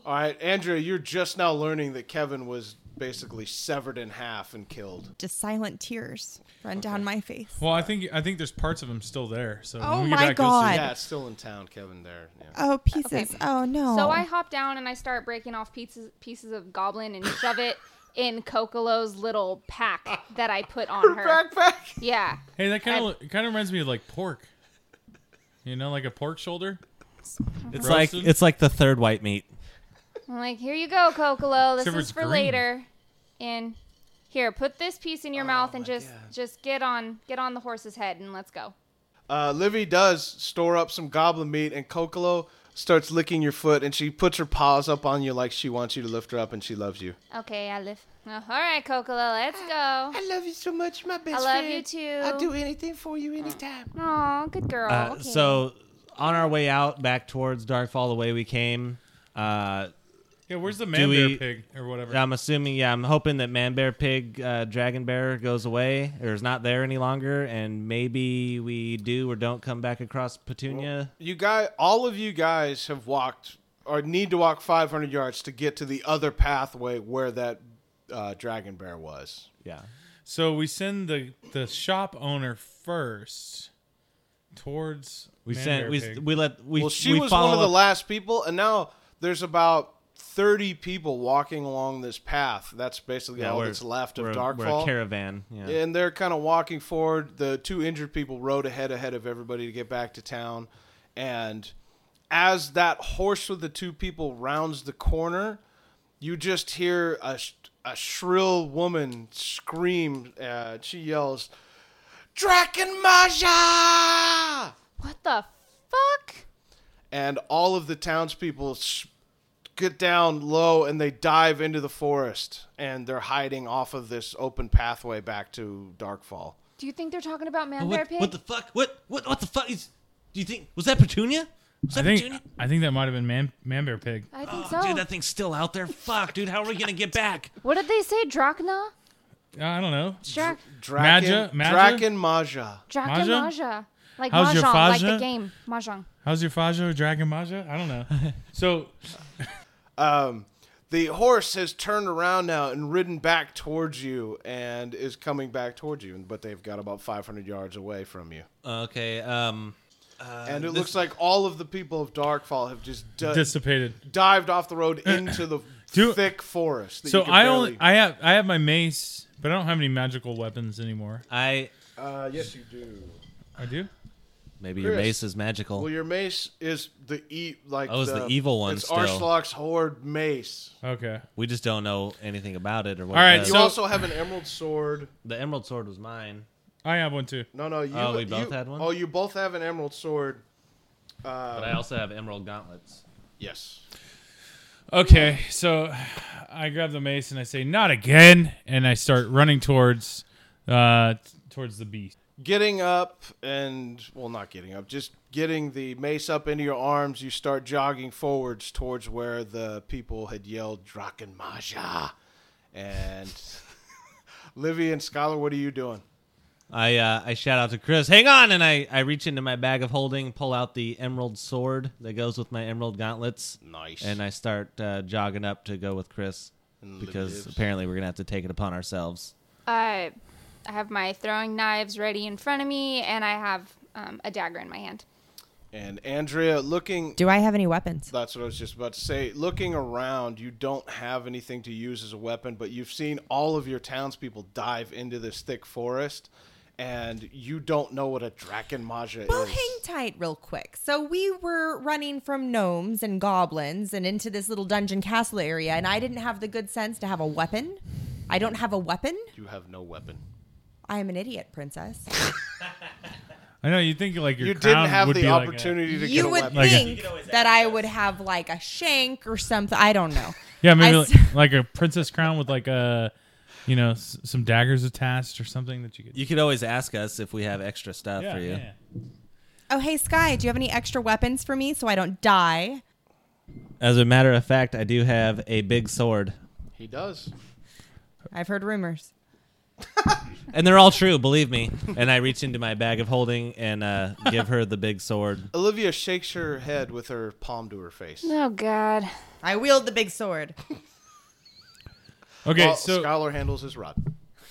S4: All right, Andrea, you're just now learning that Kevin was basically severed in half and killed.
S3: Just silent tears run down my face.
S7: Well, I think I think there's parts of him still there. So
S3: Oh
S7: when we get back,
S3: my
S7: you'll see.
S3: God.
S4: Yeah, it's still in town, Kevin. There. Yeah.
S3: Oh, pieces. Oh, no.
S5: So I hop down and I start breaking off pieces pieces of goblin and shove it in Kokolo's little pack that I put on her.
S4: Backpack.
S5: Yeah.
S7: Hey, that kind
S5: I-
S7: of kind of reminds me of like pork. You know, like a pork shoulder.
S2: It's like
S7: Roasted?
S2: it's like the third white meat.
S5: I'm like, here you go, Kokolo. This
S7: Except for
S5: is
S7: it's
S5: for
S7: green.
S5: later. And here, put this piece in your mouth and just just get on get on the horse's head and let's go.
S4: Uh, Livy does store up some goblin meat, and Kokolo starts licking your foot, and she puts her paws up on you like she wants you to lift her up, and she loves you.
S5: Okay, I live. Oh, all right, Kokolo, let's *gasps* go.
S6: I love you so much, my best
S5: love
S6: friend.
S5: you too. Mm.
S6: I'll do anything for you anytime.
S5: Oh, good girl.
S2: Uh,
S5: okay.
S2: So on our way out back towards Darkfall, the way we came, uh,
S7: Yeah, where's the man
S2: we-
S7: bear pig or whatever?
S2: I'm assuming. Yeah, I'm hoping that Man Bear Pig uh, Dragon Bear goes away or is not there any longer, and maybe we do or don't come back across Petunia.
S4: You guys, all of you guys have walked or need to walk 500 yards to get to the other pathway where that uh, dragon bear was.
S2: Yeah.
S7: So we send the the shop owner first towards
S2: We
S7: man
S2: sent
S7: bear
S2: we
S7: pig.
S2: we let we
S4: Well, she
S2: we
S4: was
S2: follow
S4: one of the
S2: up-
S4: last people, and now there's about 30 people walking along this path. That's basically all
S2: we're-
S4: that's left of
S2: we're- We're a
S4: Darkfall.
S2: caravan. Yeah.
S4: and they're kind of walking forward. The two injured people rode ahead ahead of everybody to get back to town, and as that horse with the two people rounds the corner, you just hear a sh- a shrill woman scream. Uh, she yells, "Draken Maja!"
S5: what the fuck?
S4: and all of the townspeople sh- get down low and they dive into the forest and they're hiding off of this open pathway back to Darkfall.
S5: Do you think they're talking about man bear
S2: what,
S5: pig?
S2: what the fuck? What what what the fuck is? Do you think was that Petunia? Was
S7: I
S2: that
S7: think
S2: Petunia?
S7: I think that might have been man man bear pig.
S2: *gasps*
S5: I think
S2: Oh,
S5: so.
S2: dude, that thing's still out there. Fuck, dude, how are we gonna get back?
S5: What did they say? Drachna?
S7: I don't know.
S5: Dra-
S4: Draken,
S7: Maja? Maja?
S4: Draken Maja.
S5: Drachna
S7: Mahjong?
S5: Mahjong. Like
S7: How's
S5: Mahjong,
S7: your
S5: like
S7: Faja?
S5: the game. Mahjong.
S7: How's your Fajo Dragon Maja? I don't
S4: *laughs*
S7: know.
S4: Uh,
S7: So
S4: Um, the horse has turned around now and ridden back towards you and is coming back towards you, but they've got about 500 yards away from you.
S2: Okay, um,
S4: and it looks like all of the people of Darkfall have just di-
S7: dissipated.
S4: dived off the road into the
S7: Uh, Do-
S4: thick forest. that
S7: So
S4: you can
S7: I only
S4: barely-
S7: I have I have my mace, but I don't have any magical weapons anymore.
S2: I
S4: Uh, yes, you do.
S7: I do.
S2: maybe your
S4: Chris.
S2: mace is magical.
S4: Well, your mace is the e like
S2: Oh, it's the evil one
S4: It's
S2: still.
S4: Arslok's horde mace.
S7: Okay.
S2: we just don't know anything about it or what.
S7: All right,
S2: it does.
S4: You
S7: So-
S4: also have an emerald sword.
S2: the emerald sword was mine.
S7: I have one too.
S4: No, no, you.
S2: Oh, we
S4: you-
S2: both had one?
S4: Oh, you both have an emerald sword.
S2: But I also have emerald gauntlets.
S4: Yes.
S7: Okay, so I grab the mace and I say, "Not again!" and I start running towards, uh, t- towards the beast.
S4: Getting up and well, not getting up, just getting the mace up into your arms. You start jogging forwards towards where the people had yelled "Draken Maja," and Livy and Scholar, what are you doing?
S2: I uh, I shout out to Chris, hang on, and I, I reach into my bag of holding, pull out the emerald sword that goes with my emerald gauntlets,
S4: Nice.
S2: and I start uh, jogging up to go with Chris because apparently we're gonna have to take it upon ourselves.
S5: Uh, I have my throwing knives ready in front of me, and I have um, a dagger in my hand.
S4: and Andrea, looking
S3: Do I have any weapons?
S4: That's what I was just about to say. Looking around, you don't have anything to use as a weapon, but you've seen all of your townspeople dive into this thick forest, and you don't know what a Draken Maja
S3: Well,
S4: is.
S3: hang tight real quick. So we were running from gnomes and goblins and into this little dungeon castle area, and I didn't have the good sense to have a weapon. I don't have a weapon.
S4: You have no weapon.
S3: I am an idiot, princess.
S7: I know you think like your
S4: You
S7: crown
S4: didn't have
S7: would
S4: the
S7: be like
S4: opportunity to get
S3: You
S4: a
S3: would
S4: weapon.
S7: Like a-
S3: think that I would have like a shank or something. I don't know.
S7: a- yeah, maybe
S3: I
S7: like,
S3: s- *laughs*
S7: like a princess crown with like a, you know, s- some daggers attached or something that you could.
S2: You could always ask us if we have extra stuff
S7: yeah,
S2: for you.
S7: yeah.
S3: Oh, hey, Sky, do you have any extra weapons for me so I don't die?
S2: As a matter of fact, I do have a big sword.
S4: he does.
S3: I've heard rumors.
S2: and they're all true, believe me. And I reach into my bag of holding and uh, give her the big sword.
S4: Olivia shakes her head with her palm to her face.
S5: Oh God.
S3: I wield the big sword.
S7: Okay,
S4: While
S7: so
S4: Skylar handles his rod.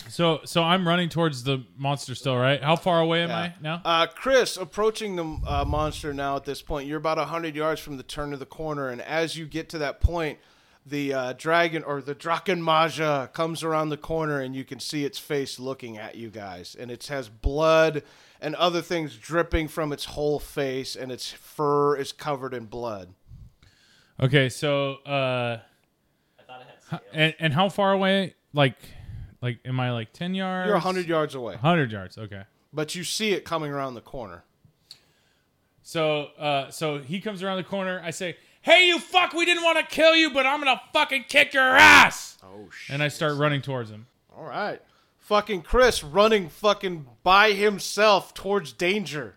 S7: so so I'm running towards the monster still, right? How far away am I now?
S4: Uh, Chris, approaching the uh, monster now at this point, you're about 100 yards from the turn of the corner, and as you get to that point, the uh, dragon or the Drachenmaja comes around the corner, and you can see its face looking at you guys. And it has blood and other things dripping from its whole face, and its fur is covered in blood.
S7: Okay, so uh, and and how far away? Like, like am I like ten yards?
S4: You're 100 yards away,
S7: Hundred yards. Okay.
S4: but you see it coming around the corner.
S7: So uh, so he comes around the corner. I say, "Hey, you fuck! We didn't want to kill you, but I'm gonna fucking kick your ass!"
S4: Oh, shit.
S7: And I start running towards him.
S4: All right. Fucking Chris running fucking by himself towards danger.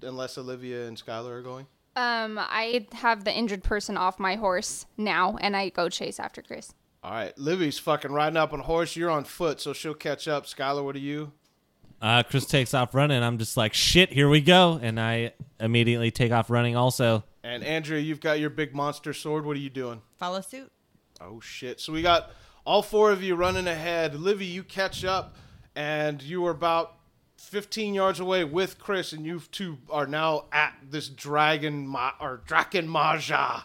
S4: Unless Olivia and Skylar are going.
S5: Um, I have the injured person off my horse now, and I go chase after Chris.
S4: All right. Livy's fucking riding up on a horse. You're on foot, so she'll catch up. Skylar, what are you?
S2: Uh, Chris takes off running. I'm just like, shit, here we go. And I immediately take off running also.
S4: And Andrea, you've got your big monster sword. What are you doing?
S3: Follow suit.
S4: Oh, shit. So we got all four of you running ahead. Livy, you catch up, and you were about 15 yards away with Chris, and you two are now at this dragon ma- or dragon maja.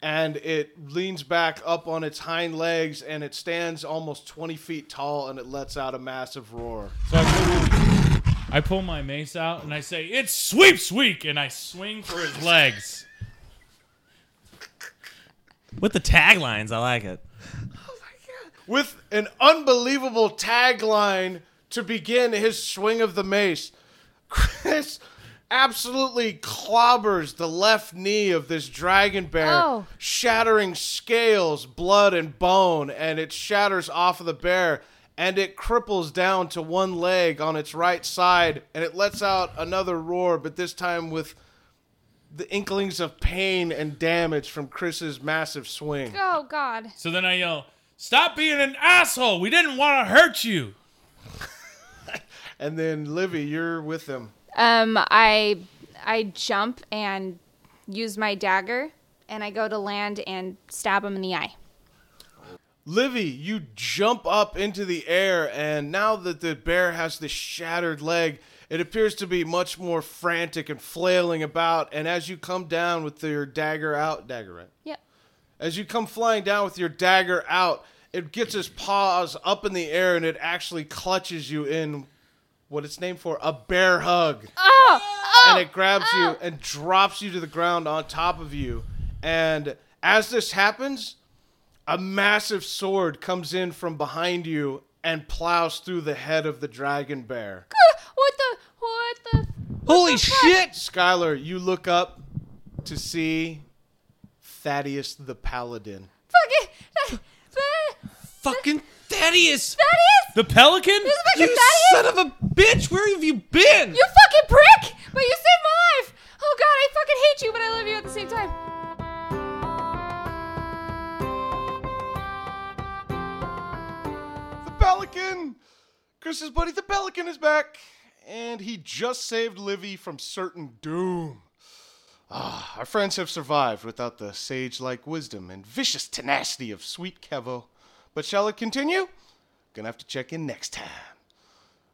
S4: And it leans back up on its hind legs and it stands almost 20 feet tall and it lets out a massive roar.
S7: So I pull, I pull my mace out and I say, "It's sweeps week!" And I swing for his legs.
S2: With the taglines, I like it.
S4: with an unbelievable tagline to begin his swing of the mace. Chris absolutely clobbers the left knee of this dragon bear,
S5: Oh.
S4: shattering scales, blood, and bone, and it shatters off of the bear. And it cripples down to one leg on its right side, and it lets out another roar, but this time with the inklings of pain and damage from Chris's massive swing.
S5: Oh God.
S7: So then I yell, "Stop being an asshole! We didn't want to hurt you."
S4: And then, Livy, you're with him.
S5: Um, I I jump and use my dagger, and I go to land and stab him in the eye.
S4: Livy, you jump up into the air, and now that the bear has this shattered leg, it appears to be much more frantic and flailing about. And as you come down with your dagger out, dagger right?
S5: Yep.
S4: As you come flying down with your dagger out, it gets its paws up in the air and it actually clutches you in what it's named for a bear hug. and it grabs you and drops you to the ground on top of you. And as this happens, a massive sword comes in from behind you and plows through the head of the dragon bear.
S5: *laughs* What the? What the?
S2: Holy shit!
S4: Skylar, you look up to see Thaddeus the Paladin.
S5: Fuck it! That, that,
S2: Fucking Thaddeus!
S5: that is
S7: The pelican.
S5: fucking Thaddeus,
S2: son of a bitch! Where have you been?
S5: you fucking prick! But you saved my life. Oh God, I fucking hate you, but I love you at the same time.
S4: The Pelican! Chris's buddy, the Pelican, is back! And he just saved Livy from certain doom. Ah, our friends have survived without the sage like wisdom and vicious tenacity of sweet Kevo. But shall it continue? Gonna have to check in next time.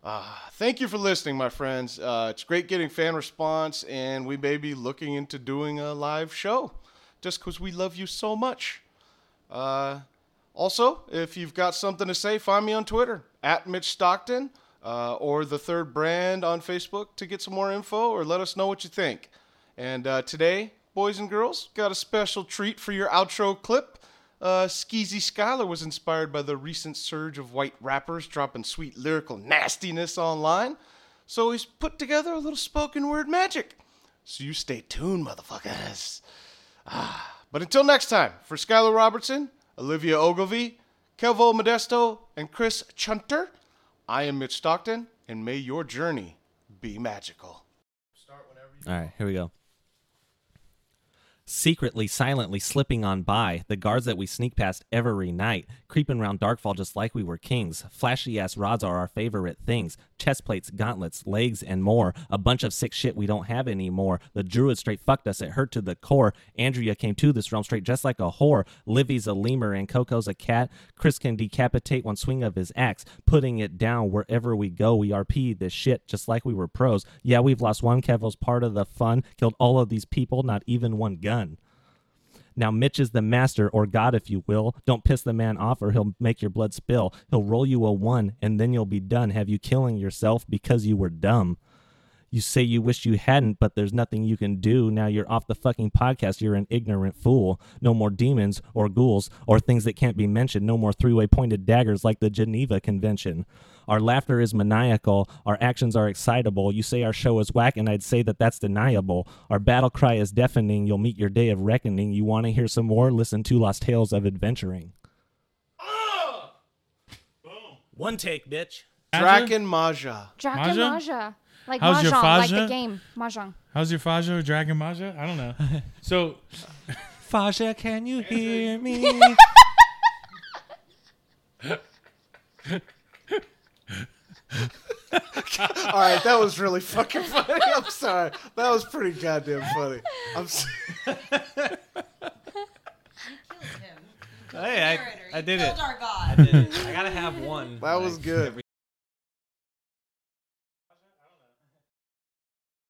S4: Ah, thank you for listening, my friends. Uh, it's great getting fan response, and we may be looking into doing a live show just because we love you so much. Uh, also, if you've got something to say, find me on Twitter at Mitch Stockton uh, or the Third Brand on Facebook to get some more info or let us know what you think. And uh, today, boys and girls, got a special treat for your outro clip. Uh, Skeezy Skylar was inspired by the recent surge of white rappers dropping sweet lyrical nastiness online, so he's put together a little spoken word magic. So you stay tuned, motherfuckers. But until next time, for Skylar Robertson, Olivia Ogilvy, Kelvo Modesto, and Chris Chunter, I am Mitch Stockton, and may your journey be magical.
S2: All right, here we go. secretly, silently slipping on by, the guards that we sneak past every night, creeping round Darkfall just like we were kings. Flashy ass rods are our favorite things chest plates, gauntlets, legs, and more. A bunch of sick shit we don't have anymore. The druid straight fucked us, it hurt to the core. Andrea came to this realm straight just like a whore. Livy's a lemur and Coco's a cat. Chris can decapitate one swing of his axe, putting it down wherever we go. We RP this shit just like we were pros. Yeah, we've lost one. Kevo's part of the fun. Killed all of these people, not even one gun. Now Mitch is the master, or God, if you will. Don't piss the man off, or he'll make your blood spill. He'll roll you a one, and then you'll be done. Have you killing yourself because you were dumb? You say you wish you hadn't, but there's nothing you can do. Now you're off the fucking podcast. You're an ignorant fool. No more demons or ghouls or things that can't be mentioned. No more three way pointed daggers like the Geneva Convention. Our laughter is maniacal. Our actions are excitable. You say our show is whack, and I'd say that that's deniable. Our battle cry is deafening. You'll meet your day of reckoning. You want to hear some more? Listen to Lost Tales of Adventuring. One take, bitch.
S4: Draken Maja.
S5: Dragon
S7: Mahjong?
S5: Mahjong. Like
S7: How's your
S5: Mahjong, like the
S7: Faja?
S5: game. Mahjong.
S7: How's your Fajo Dragon Maja? I don't know. *laughs* So
S2: Fasha, can you hear me?
S4: All right, that was really *laughs* fucking funny. I'm sorry. That was pretty goddamn funny. I'm s *laughs*
S3: Hey, I, I did it.
S9: our god.
S3: I gotta have one.
S4: that was good.